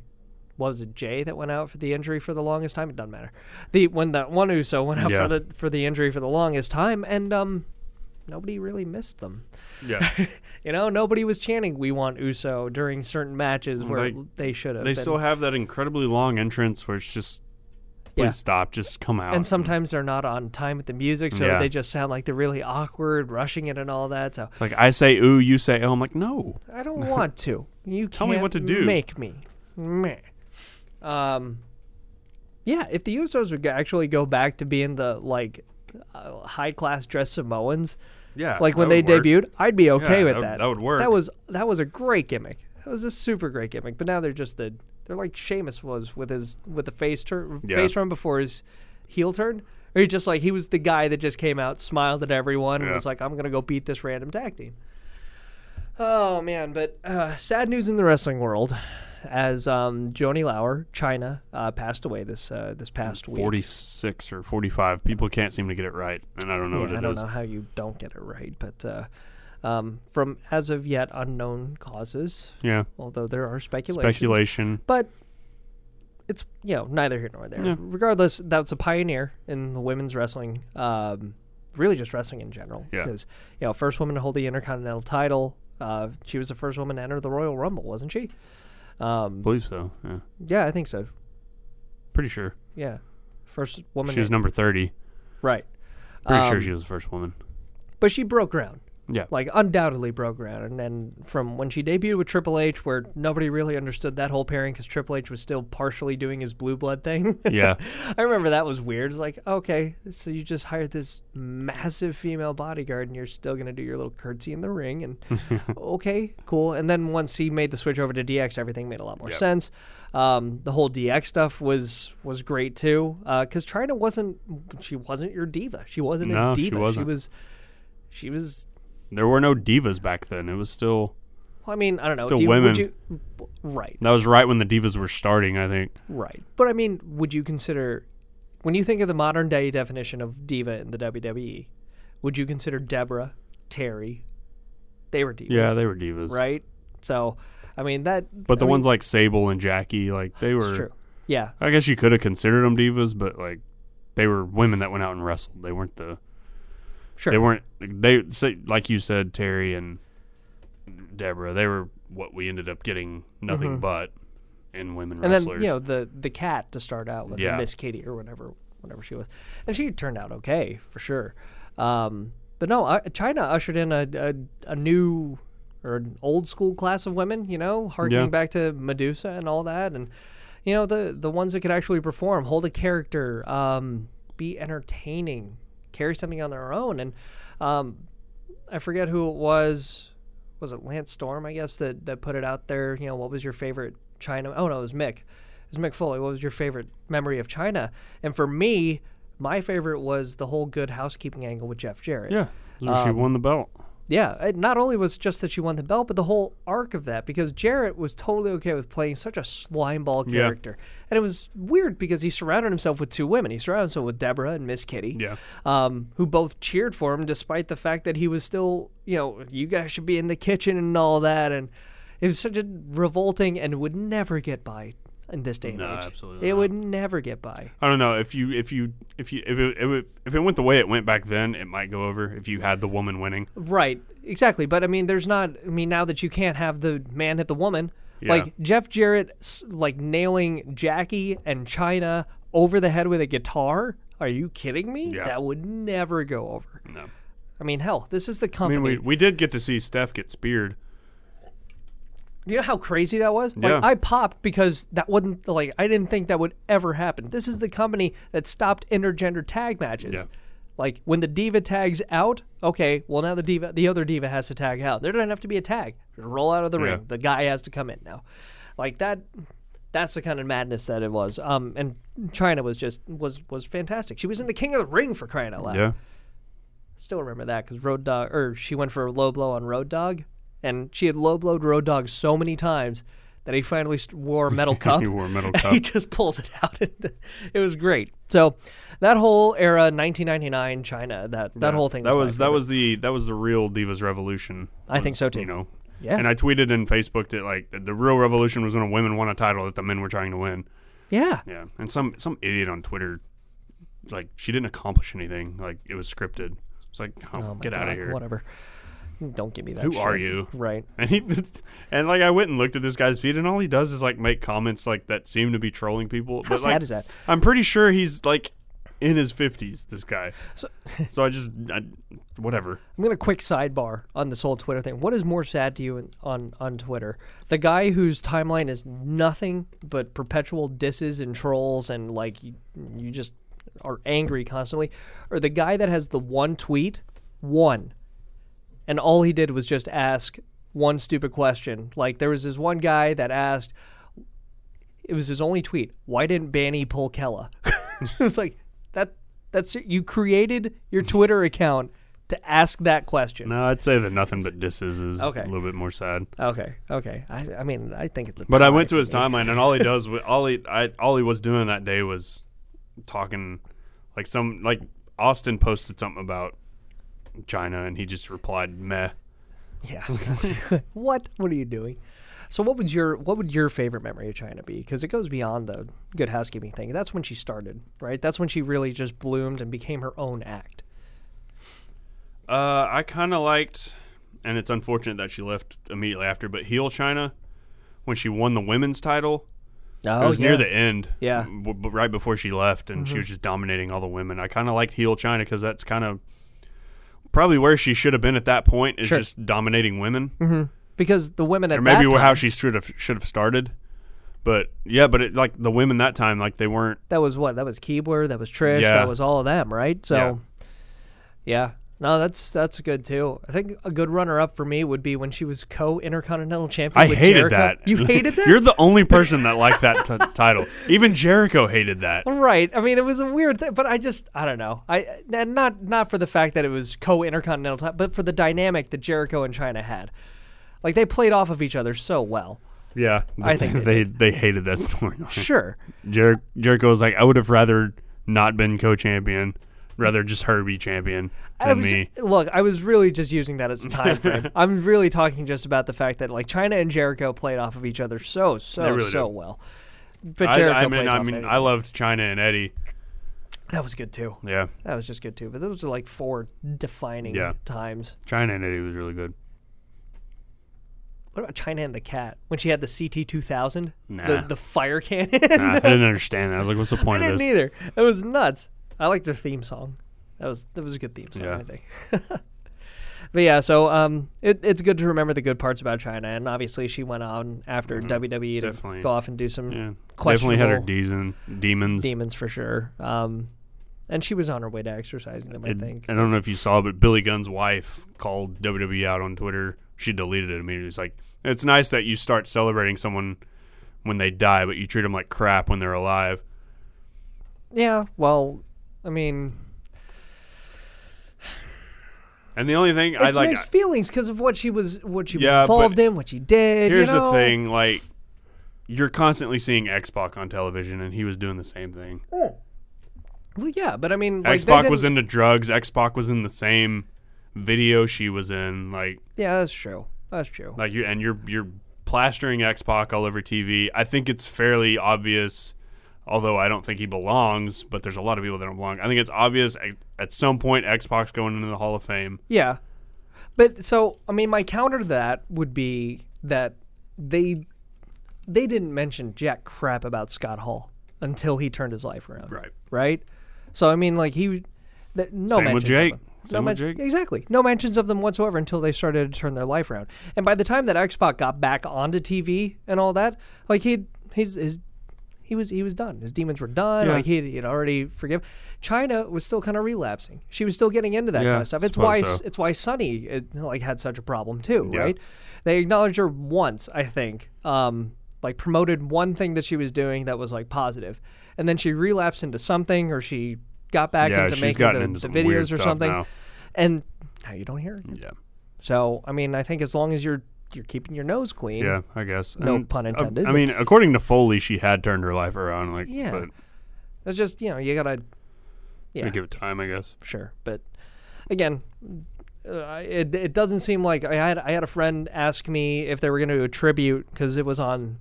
[SPEAKER 2] what was it Jay that went out for the injury for the longest time? It doesn't matter. The when that one Uso went out
[SPEAKER 6] Yeah.
[SPEAKER 2] for the for the injury for the longest time, and um, nobody really missed them.
[SPEAKER 6] Yeah.
[SPEAKER 2] You know, nobody was chanting "We want Uso" during certain matches where
[SPEAKER 6] they-
[SPEAKER 2] they, should have.
[SPEAKER 6] They
[SPEAKER 2] been.
[SPEAKER 6] still have that incredibly long entrance where it's just please
[SPEAKER 2] Yeah.
[SPEAKER 6] stop, just come out.
[SPEAKER 2] and sometimes they're not on time with the music, so
[SPEAKER 6] Yeah.
[SPEAKER 2] they just sound like they're really awkward, rushing it and all that. So
[SPEAKER 6] It's like I say ooh, you say oh. I'm like no.
[SPEAKER 2] I don't want to. You
[SPEAKER 6] Tell
[SPEAKER 2] can't
[SPEAKER 6] me what to do.
[SPEAKER 2] Make me. Meh. Um, yeah, if the Usos would g- actually go back to being the like uh, high class dressed Samoans,
[SPEAKER 6] Yeah.
[SPEAKER 2] like when they debuted, I'd be okay
[SPEAKER 6] Yeah,
[SPEAKER 2] with
[SPEAKER 6] that-
[SPEAKER 2] that.
[SPEAKER 6] that would work.
[SPEAKER 2] That was that was a great gimmick. That was a super great gimmick. But now they're just the they're like Sheamus was with his with the face turn
[SPEAKER 6] Yeah.
[SPEAKER 2] face run before his heel turn. Or he just like he was the guy that just came out, smiled at everyone, and
[SPEAKER 6] Yeah.
[SPEAKER 2] was like, "I'm gonna go beat this random tag team." Oh man, but uh, sad news in the wrestling world, as um, Joni Lauer, China, uh, passed away this uh, this past week.
[SPEAKER 6] Forty six or forty five. People can't seem to get it right, and I don't know
[SPEAKER 2] Yeah,
[SPEAKER 6] what it is.
[SPEAKER 2] I don't know how you don't get it right, but uh, um, from as of yet unknown causes,
[SPEAKER 6] Yeah.
[SPEAKER 2] although there are speculations.
[SPEAKER 6] Speculation.
[SPEAKER 2] But it's you know neither here nor there.
[SPEAKER 6] Yeah.
[SPEAKER 2] Regardless, that's a pioneer in the women's wrestling, um, really just wrestling in general.
[SPEAKER 6] Yeah.
[SPEAKER 2] Because you know, first woman to hold the Intercontinental title. Uh, she was the first woman to enter the Royal Rumble, wasn't she?
[SPEAKER 6] I believe so. Yeah.
[SPEAKER 2] Yeah, I think so.
[SPEAKER 6] Pretty sure.
[SPEAKER 2] Yeah, first woman.
[SPEAKER 6] She was
[SPEAKER 2] to-
[SPEAKER 6] number thirty.
[SPEAKER 2] right,
[SPEAKER 6] Pretty
[SPEAKER 2] Um,
[SPEAKER 6] sure she was the first woman.
[SPEAKER 2] but she broke ground.
[SPEAKER 6] Yeah.
[SPEAKER 2] like undoubtedly broke ground. And then from when she debuted with Triple H, where nobody really understood that whole pairing because Triple H was still partially doing his blue blood thing.
[SPEAKER 6] yeah.
[SPEAKER 2] I remember that was weird. It's like, okay, so you just hired this massive female bodyguard and you're still going to do your little curtsy in the ring. And okay, cool. And then once he made the switch over to DX, everything made a lot more sense. Um, the whole DX stuff was was great too. Because China wasn't, she wasn't your diva. She wasn't
[SPEAKER 6] No,
[SPEAKER 2] a
[SPEAKER 6] she
[SPEAKER 2] diva.
[SPEAKER 6] wasn't.
[SPEAKER 2] was, she was
[SPEAKER 6] There were no divas back then. It was still
[SPEAKER 2] Well, I mean, I don't know.
[SPEAKER 6] Still
[SPEAKER 2] do you,
[SPEAKER 6] women.
[SPEAKER 2] Would you, right,
[SPEAKER 6] that was right when the divas were starting, I think.
[SPEAKER 2] right. But I mean, would you consider when you think of the modern day definition of diva in the WWE? Would you consider Deborah, Terry? They were divas.
[SPEAKER 6] Yeah, they were divas.
[SPEAKER 2] right. So, I mean that.
[SPEAKER 6] But the
[SPEAKER 2] I mean,
[SPEAKER 6] ones like Sable and Jackie, like they were
[SPEAKER 2] it's true. Yeah,
[SPEAKER 6] I guess you could have considered them divas, but like they were women that went out and wrestled. They weren't the
[SPEAKER 2] sure.
[SPEAKER 6] they weren't they say, like you said Terry and Deborah. They were what we ended up getting nothing but in women
[SPEAKER 2] Mm-hmm. and then
[SPEAKER 6] wrestlers.
[SPEAKER 2] you know the the cat to start out with
[SPEAKER 6] Yeah.
[SPEAKER 2] Miss Kitty or whatever whatever she was, and she turned out okay for sure. Um, but no, uh, China ushered in a, a a new or an old school class of women. You know, harkening
[SPEAKER 6] Yeah.
[SPEAKER 2] back to Medusa and all that, and you know the the ones that could actually perform, hold a character, um, be entertaining, carry something on their own, and um, I forget who it was. Was it Lance Storm? I guess that that put it out there. You know, what was your favorite China? Oh no, it was Mick. It was Mick Foley. What was your favorite memory of China? And for me, my favorite was the whole good housekeeping angle with Jeff Jarrett.
[SPEAKER 6] yeah, so she
[SPEAKER 2] um,
[SPEAKER 6] won the belt.
[SPEAKER 2] Yeah, it not only was just that she won the belt, but the whole arc of that because Jarrett was totally okay with playing such a slimeball
[SPEAKER 6] Yeah.
[SPEAKER 2] character, and it was weird because he surrounded himself with two women. He surrounded himself with Deborah and Miss Kitty,
[SPEAKER 6] Yeah.
[SPEAKER 2] um, who both cheered for him despite the fact that he was still, you know, you guys should be in the kitchen and all that, and it was such a revolting and would never get by in this day and
[SPEAKER 6] No,
[SPEAKER 2] age.
[SPEAKER 6] absolutely
[SPEAKER 2] it
[SPEAKER 6] not.
[SPEAKER 2] would never get by.
[SPEAKER 6] I don't know if you if you if you if it, if, if it went the way it went back then, it might go over. If you had the woman winning,
[SPEAKER 2] Right, exactly. But I mean, there's not. I mean, now that you can't have the man hit the woman, like Jeff Jarrett, s- like nailing Jackie and China over the head with a guitar. Are you kidding me?
[SPEAKER 6] Yeah.
[SPEAKER 2] That would never go over. No. I mean, hell, this is the
[SPEAKER 6] I
[SPEAKER 2] company.
[SPEAKER 6] mean, we, we did get to see Steph get speared.
[SPEAKER 2] you know how crazy that was?
[SPEAKER 6] Yeah.
[SPEAKER 2] Like, I popped because that wouldn't, like, I didn't think that would ever happen. This is the company that stopped intergender tag matches.
[SPEAKER 6] Yeah.
[SPEAKER 2] Like, when the diva tags out, okay, well, now the diva, the other diva has to tag out. There doesn't have to be a tag. Just roll out of the
[SPEAKER 6] Yeah.
[SPEAKER 2] ring. The guy has to come in now. Like, that. That's the kind of madness that it was, um, and China was just was was fantastic. She was in the King of the Ring for crying out loud
[SPEAKER 6] Yeah,
[SPEAKER 2] still remember that because Road Dog, or she went for a low blow on Road Dog, and she had low blowed Road Dog so many times that he finally st- wore a metal cup.
[SPEAKER 6] he wore a metal
[SPEAKER 2] And
[SPEAKER 6] cup.
[SPEAKER 2] he just pulls it out. And it was great. So that whole era, 1999 China, that that whole thing.
[SPEAKER 6] That
[SPEAKER 2] my
[SPEAKER 6] was that
[SPEAKER 2] favorite.
[SPEAKER 6] was the that was the real Divas Revolution.
[SPEAKER 2] I think
[SPEAKER 6] was,
[SPEAKER 2] so, too.
[SPEAKER 6] You know,
[SPEAKER 2] Yeah.
[SPEAKER 6] And I tweeted and Facebooked it like the, the real revolution was when women won a title that the men were trying to win.
[SPEAKER 2] yeah.
[SPEAKER 6] Yeah, and some some idiot on Twitter, like she didn't accomplish anything. Like it was scripted. It's like oh,
[SPEAKER 2] Oh my
[SPEAKER 6] get out
[SPEAKER 2] God,
[SPEAKER 6] of here.
[SPEAKER 2] Whatever. Don't give me that.
[SPEAKER 6] Who are
[SPEAKER 2] shit.
[SPEAKER 6] you?
[SPEAKER 2] Right.
[SPEAKER 6] And he and like I went and looked at this guy's feed, and all he does is like make comments like that seem to be trolling people.
[SPEAKER 2] How
[SPEAKER 6] but,
[SPEAKER 2] sad
[SPEAKER 6] like,
[SPEAKER 2] is that?
[SPEAKER 6] I'm pretty sure he's like in his fifties. This guy. So, I just I, whatever.
[SPEAKER 2] I'm gonna quick sidebar on this whole Twitter thing. What is more sad to you in, on on Twitter? The guy whose timeline is nothing but perpetual disses and trolls, and like you, you just are angry constantly, or the guy that has the one tweet, one, and all he did was just ask one stupid question. Like there was this one guy that asked, it was his only tweet. Why didn't Banny pull Kella? it's like that. That's you created your Twitter account to ask that question.
[SPEAKER 6] No, I'd say that nothing but disses is
[SPEAKER 2] Okay.
[SPEAKER 6] a little bit more sad.
[SPEAKER 2] Okay, okay. I, I mean, I think it's a.
[SPEAKER 6] But I
[SPEAKER 2] tie
[SPEAKER 6] went to
[SPEAKER 2] for
[SPEAKER 6] his
[SPEAKER 2] me.
[SPEAKER 6] timeline, and all he does, wa- all he, I, all he was doing that day was talking, like some, like Austin posted something about China, and he just replied, "Meh."
[SPEAKER 2] Yeah. what? What are you doing? So, what would your what would your favorite memory of China be? Because it goes beyond the Good Housekeeping thing. That's when she started, right? That's when she really just bloomed and became her own act.
[SPEAKER 6] Uh, I kind of liked, and it's unfortunate that she left immediately after, but heel China when she won the women's title.
[SPEAKER 2] Oh,
[SPEAKER 6] it was near the end,
[SPEAKER 2] Yeah. Mm-hmm.
[SPEAKER 6] w- w- right before she left, and she was just dominating all the women. I kind of liked heel China because that's kind of probably where she should have been at that point is
[SPEAKER 2] Sure.
[SPEAKER 6] just dominating women.
[SPEAKER 2] because the women at
[SPEAKER 6] or maybe
[SPEAKER 2] that
[SPEAKER 6] how
[SPEAKER 2] time-
[SPEAKER 6] she should have should have started. But yeah, but it, like the women that time, like they weren't.
[SPEAKER 2] that was what that was Keebler, that was Trish,
[SPEAKER 6] Yeah.
[SPEAKER 2] that was all of them, right? So, yeah. No, that's that's good too. I think a good runner-up for me would be when she was co-intercontinental champion.
[SPEAKER 6] I
[SPEAKER 2] with
[SPEAKER 6] hated
[SPEAKER 2] Jericho.
[SPEAKER 6] that.
[SPEAKER 2] You hated that.
[SPEAKER 6] You're the only person that liked that t- title. Even Jericho hated that.
[SPEAKER 2] Right. I mean, it was a weird thing, but I just I don't know. I and not not for the fact that it was co-intercontinental, ti- but for the dynamic that Jericho and China had. Like they played off of each other so well.
[SPEAKER 6] Yeah,
[SPEAKER 2] I think
[SPEAKER 6] they they hated that storyline.
[SPEAKER 2] Sure.
[SPEAKER 6] Jer- Jericho was like, I would have rather not been co-champion, rather just Herbie champion
[SPEAKER 2] I
[SPEAKER 6] than
[SPEAKER 2] was,
[SPEAKER 6] me.
[SPEAKER 2] Look, I was really just using that as a time frame. I'm really talking just about the fact that like China and Jericho played off of each other so so
[SPEAKER 6] They really
[SPEAKER 2] so
[SPEAKER 6] did.
[SPEAKER 2] well. But
[SPEAKER 6] I,
[SPEAKER 2] Jericho
[SPEAKER 6] I mean,
[SPEAKER 2] plays
[SPEAKER 6] I
[SPEAKER 2] off
[SPEAKER 6] mean,
[SPEAKER 2] of
[SPEAKER 6] I loved China and Eddie.
[SPEAKER 2] that was good too.
[SPEAKER 6] Yeah,
[SPEAKER 2] That was just good too. But those are like four defining
[SPEAKER 6] Yeah.
[SPEAKER 2] times.
[SPEAKER 6] China and Eddie was really good.
[SPEAKER 2] What about China and the Cat when she had the CT two thousand,
[SPEAKER 6] Nah.
[SPEAKER 2] the the fire cannon?
[SPEAKER 6] Nah, I didn't understand that. I was like, what's the point
[SPEAKER 2] I
[SPEAKER 6] of
[SPEAKER 2] didn't
[SPEAKER 6] this?
[SPEAKER 2] either. It was nuts. I liked their theme song. That was that was a good theme song,
[SPEAKER 6] Yeah.
[SPEAKER 2] I think. but yeah, so um, it, it's good to remember the good parts about China, and obviously she went on after WWE to
[SPEAKER 6] Mm-hmm. Definitely.
[SPEAKER 2] go off and do some
[SPEAKER 6] Yeah.
[SPEAKER 2] questionable
[SPEAKER 6] Definitely had her deason, demons.
[SPEAKER 2] demons for sure. Um, and she was on her way to exercising them, I
[SPEAKER 6] It-
[SPEAKER 2] think.
[SPEAKER 6] I don't know if you saw, but Billy Gunn's wife called WWE out on Twitter. She deleted it immediately. It's like it's nice that you start celebrating someone when they die, but you treat them like crap when they're alive.
[SPEAKER 2] yeah, well, I mean,
[SPEAKER 6] And the only thing I
[SPEAKER 2] it's
[SPEAKER 6] like,
[SPEAKER 2] mixed feelings because of what she was what she
[SPEAKER 6] Yeah,
[SPEAKER 2] was
[SPEAKER 6] but
[SPEAKER 2] involved in, what she did. you
[SPEAKER 6] here's
[SPEAKER 2] know?
[SPEAKER 6] the thing: like you're constantly seeing X Pac on television, and he was doing the same thing.
[SPEAKER 2] Well, yeah, but I mean, like,
[SPEAKER 6] X
[SPEAKER 2] they
[SPEAKER 6] Pac was
[SPEAKER 2] didn't-
[SPEAKER 6] into drugs. X Pac was in the same video she was in. Like,
[SPEAKER 2] Yeah, that's true. That's true.
[SPEAKER 6] like you and you're you're plastering X Pac all over TV. I think it's fairly obvious, although I don't think he belongs. But there's a lot of people that don't belong. I think it's obvious at, at some point X Pac's going into the Hall of Fame.
[SPEAKER 2] Yeah. But so I mean my counter to that would be that they they didn't mention jack crap about Scott Hall until he turned his life around.
[SPEAKER 6] Right.
[SPEAKER 2] Right? So I mean like he that, no
[SPEAKER 6] Same with
[SPEAKER 2] mentions of
[SPEAKER 6] Jake.
[SPEAKER 2] them. No
[SPEAKER 6] Same with
[SPEAKER 2] men-
[SPEAKER 6] Jake.
[SPEAKER 2] Exactly. No mentions of them whatsoever until they started to turn their life around. And by the time that Xbox got back onto TV and all that, like he his his he was he was done. His demons were done.
[SPEAKER 6] Yeah.
[SPEAKER 2] Like he had already forgive. China was still kind of relapsing. She was still getting into that
[SPEAKER 6] Yeah,
[SPEAKER 2] kind of stuff. It's
[SPEAKER 6] suppose
[SPEAKER 2] why
[SPEAKER 6] so.
[SPEAKER 2] s- it's why Sonny it, like had such a problem too,
[SPEAKER 6] Yeah.
[SPEAKER 2] right? They acknowledged her once, I think. Um, like promoted one thing that she was doing that was like positive, and then she relapsed into something, or she got back
[SPEAKER 6] Yeah,
[SPEAKER 2] into
[SPEAKER 6] she's
[SPEAKER 2] making
[SPEAKER 6] gotten
[SPEAKER 2] the,
[SPEAKER 6] into
[SPEAKER 2] the
[SPEAKER 6] some weird
[SPEAKER 2] videos or
[SPEAKER 6] stuff
[SPEAKER 2] something.
[SPEAKER 6] now. Mm.
[SPEAKER 2] And now you don't hear. It.
[SPEAKER 6] Yeah,
[SPEAKER 2] So I mean, I think as long as you're you're keeping your nose clean,
[SPEAKER 6] yeah, I guess.
[SPEAKER 2] No
[SPEAKER 6] And,
[SPEAKER 2] pun
[SPEAKER 6] uh,
[SPEAKER 2] intended,
[SPEAKER 6] I,
[SPEAKER 2] but-
[SPEAKER 6] mean, according to Foley, she had turned her life around. Like,
[SPEAKER 2] Yeah.
[SPEAKER 6] but
[SPEAKER 2] that's just you know you gotta Yeah.
[SPEAKER 6] I give it time, I guess.
[SPEAKER 2] sure. But again, uh, it it doesn't seem like I had I had a friend ask me if they were going to do a tribute because it was on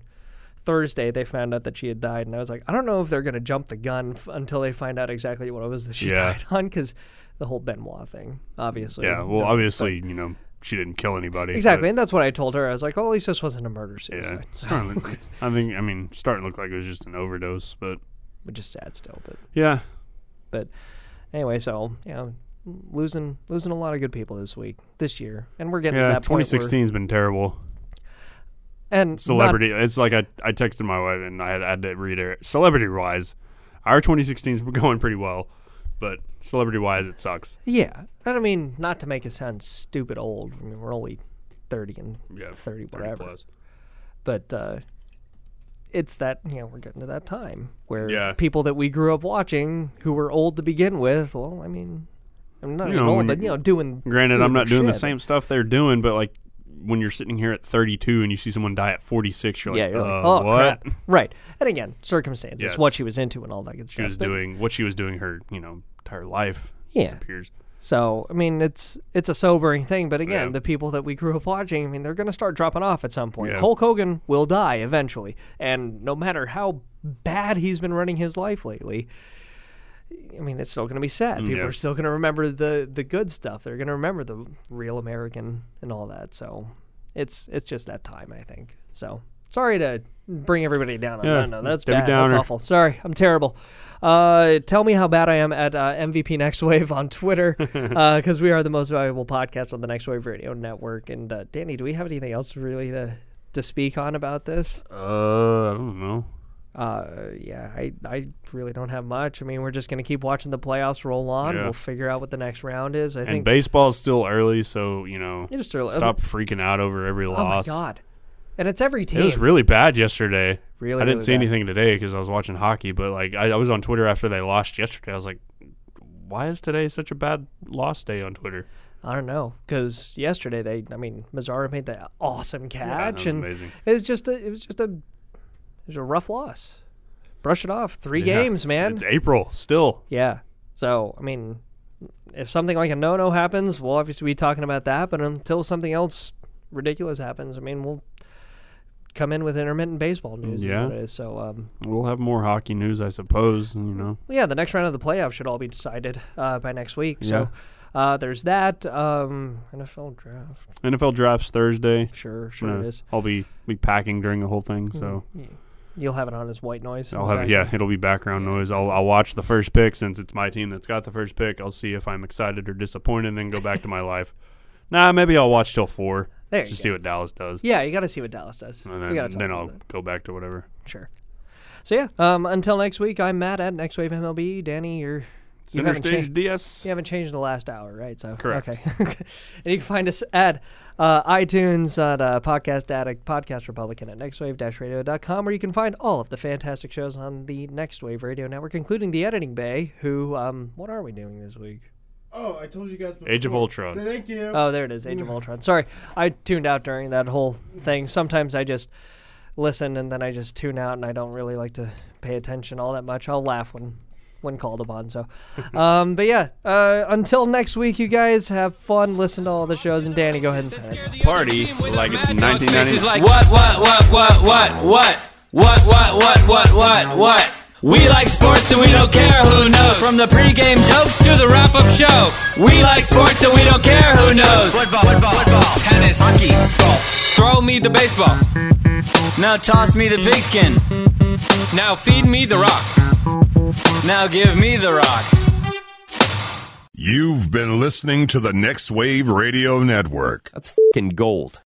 [SPEAKER 2] Thursday they found out that she had died, and I was like, I don't know if they're going to jump the gun f- until they find out exactly what it was that she
[SPEAKER 6] Yeah.
[SPEAKER 2] died on because the whole Benoit thing, obviously.
[SPEAKER 6] Yeah, well,
[SPEAKER 2] No,
[SPEAKER 6] obviously, you know, she didn't kill anybody.
[SPEAKER 2] but- exactly,
[SPEAKER 6] but-
[SPEAKER 2] and that's what I told her. I was like, "Oh, at least this wasn't a murder
[SPEAKER 6] Yeah,
[SPEAKER 2] suicide,"
[SPEAKER 6] it's starting to look- I think I mean it's starting to look like it was just an overdose, but
[SPEAKER 2] which is sad still. But
[SPEAKER 6] yeah,
[SPEAKER 2] but anyway, so you know, losing losing a lot of good people this week, this year, and we're getting to
[SPEAKER 6] yeah.
[SPEAKER 2] that point. where-
[SPEAKER 6] 2016's been terrible.
[SPEAKER 2] and not-
[SPEAKER 6] Celebrity, it's like I, I texted my wife and I had, I had to read it. Celebrity wise, our 2016's been going pretty well, but celebrity wise, it sucks.
[SPEAKER 2] Yeah, and I mean, not to make it sound stupid old. I mean, we're only thirty and
[SPEAKER 6] Yeah,
[SPEAKER 2] thirty whatever, but uh, it's that you know we're getting to that time where
[SPEAKER 6] Yeah.
[SPEAKER 2] people that we grew up watching who were old to begin with. Well, I mean, I'm not
[SPEAKER 6] You
[SPEAKER 2] even
[SPEAKER 6] know,
[SPEAKER 2] old,
[SPEAKER 6] when
[SPEAKER 2] but
[SPEAKER 6] you-
[SPEAKER 2] you know, doing.
[SPEAKER 6] Granted, I'm not
[SPEAKER 2] their
[SPEAKER 6] doing the
[SPEAKER 2] shit.
[SPEAKER 6] same stuff they're doing, but like when you're sitting here at 32 and you see someone die at 46, you're like,
[SPEAKER 2] Yeah, you're like,
[SPEAKER 6] "Uh,
[SPEAKER 2] oh
[SPEAKER 6] what?
[SPEAKER 2] crap, right? And again, circumstances,
[SPEAKER 6] Yes.
[SPEAKER 2] what she was into, and all that good
[SPEAKER 6] She
[SPEAKER 2] stuff.
[SPEAKER 6] was
[SPEAKER 2] but-
[SPEAKER 6] doing what she was doing her, you know, entire life.
[SPEAKER 2] Yeah.
[SPEAKER 6] It appears.
[SPEAKER 2] So I mean, it's it's a sobering thing, but again,
[SPEAKER 6] Yeah.
[SPEAKER 2] the people that we grew up watching, I mean, they're going to start dropping off at some point.
[SPEAKER 6] Yeah.
[SPEAKER 2] Hulk Hogan will die eventually, and no matter how bad he's been running his life lately, I mean, it's still going to be sad. People
[SPEAKER 6] Mm, yeah.
[SPEAKER 2] are still going to remember the the good stuff. They're going to remember the real American and all that. So it's it's just that time, I think. So sorry to bring everybody down on
[SPEAKER 6] Yeah,
[SPEAKER 2] that. No, that's
[SPEAKER 6] Debbie
[SPEAKER 2] bad. That's
[SPEAKER 6] Downer.
[SPEAKER 2] awful. Sorry, I'm terrible. Uh, tell me how bad I am at uh, MVP Next Wave on Twitter because we are the most valuable podcast on the Next Wave Radio Network. And uh, Danny, do we have anything else really to to speak on about this?
[SPEAKER 6] Uh, I don't know.
[SPEAKER 2] Uh, yeah, I I really don't have much. I mean, we're just gonna keep watching the playoffs roll on.
[SPEAKER 6] Yeah.
[SPEAKER 2] We'll figure out what the next round is. I
[SPEAKER 6] And
[SPEAKER 2] think.
[SPEAKER 6] baseball's still early, so you know,
[SPEAKER 2] It is still-
[SPEAKER 6] stop freaking out over every
[SPEAKER 2] oh my
[SPEAKER 6] loss.
[SPEAKER 2] god, and it's every team.
[SPEAKER 6] It was really bad yesterday.
[SPEAKER 2] Really,
[SPEAKER 6] I didn't
[SPEAKER 2] really
[SPEAKER 6] see
[SPEAKER 2] bad.
[SPEAKER 6] anything today because I was watching hockey. But like, I, I was on Twitter after they lost yesterday. I was like, why is today such a bad loss day on Twitter?
[SPEAKER 2] I don't know because yesterday they, I mean, Mazzara made that awesome
[SPEAKER 6] that
[SPEAKER 2] catch,
[SPEAKER 6] was
[SPEAKER 2] and
[SPEAKER 6] amazing.
[SPEAKER 2] it was just a, it was just a, it was a rough loss. Brush it off. Three
[SPEAKER 6] Yeah,
[SPEAKER 2] games,
[SPEAKER 6] it's-
[SPEAKER 2] man.
[SPEAKER 6] It's April still.
[SPEAKER 2] yeah. So I mean, if something like a no-no happens, we'll obviously be talking about that. But until something else ridiculous happens, I mean, we'll come in with intermittent baseball news. is
[SPEAKER 6] Yeah.
[SPEAKER 2] what it is. So um,
[SPEAKER 6] We'll have more hockey news, I suppose. You know,
[SPEAKER 2] well, yeah, the next round of the playoffs should all be decided uh, by next week. So Uh, there's that um, NFL draft.
[SPEAKER 6] NFL drafts Thursday.
[SPEAKER 2] Sure, sure
[SPEAKER 6] Gonna-
[SPEAKER 2] it is. Hmm.
[SPEAKER 6] I'll be be packing during the whole thing, so
[SPEAKER 2] You'll have it on as white noise. in
[SPEAKER 6] I'll
[SPEAKER 2] the
[SPEAKER 6] have
[SPEAKER 2] back.
[SPEAKER 6] yeah, it'll be background noise. I'll I'll watch the first pick since it's my team that's got the first pick. I'll see if I'm excited or disappointed, and then go back to my life. Nah, maybe I'll watch till four
[SPEAKER 2] There you
[SPEAKER 6] just
[SPEAKER 2] go.
[SPEAKER 6] see what Dallas does,
[SPEAKER 2] Yeah, you got to see what Dallas does.
[SPEAKER 6] and
[SPEAKER 2] we got to
[SPEAKER 6] then,
[SPEAKER 2] talk
[SPEAKER 6] then
[SPEAKER 2] about
[SPEAKER 6] I'll
[SPEAKER 2] that.
[SPEAKER 6] go back to whatever.
[SPEAKER 2] Sure. So yeah, um, until next week, I'm Matt at Next Wave MLB. Danny, you're you
[SPEAKER 6] Center
[SPEAKER 2] haven't,
[SPEAKER 6] stage
[SPEAKER 2] changed,
[SPEAKER 6] DS.
[SPEAKER 2] you haven't changed the last hour, right? So
[SPEAKER 6] Correct.
[SPEAKER 2] Okay, and you can find us at uh, iTunes, at uh, Podcast Addict, Podcast Republican, at nextwave-radio.com, where you can find all of the fantastic shows on the Next Wave Radio Network, including the Editing Bay. Who? Um, what are we doing this week?
[SPEAKER 7] Oh, I told you guys before.
[SPEAKER 6] Age of Ultron.
[SPEAKER 7] Thank you.
[SPEAKER 2] Oh, there it is, Age of Ultron. Sorry, I tuned out during that whole thing. Sometimes I just listen and then I just tune out, and I don't really like to pay attention all that much. I'll laugh when when called upon. So, um, but yeah, uh, until next week, you guys have fun. Listen to all the shows, and Danny, go ahead and sign us. off.
[SPEAKER 6] Party like it's 1990.
[SPEAKER 5] What, what, what, what, what, what, what, what, what, what, what, what? We like sports and we don't care who knows. From the pregame jokes to the wrap-up show, we like sports and we don't care who knows.
[SPEAKER 8] Football, football, football, tennis, hockey, golf.
[SPEAKER 5] Throw me the baseball.
[SPEAKER 8] Now toss me the pigskin.
[SPEAKER 5] Now feed me the rock.
[SPEAKER 8] Now give me the rock.
[SPEAKER 1] You've been listening to the Next Wave Radio Network.
[SPEAKER 9] That's fing gold.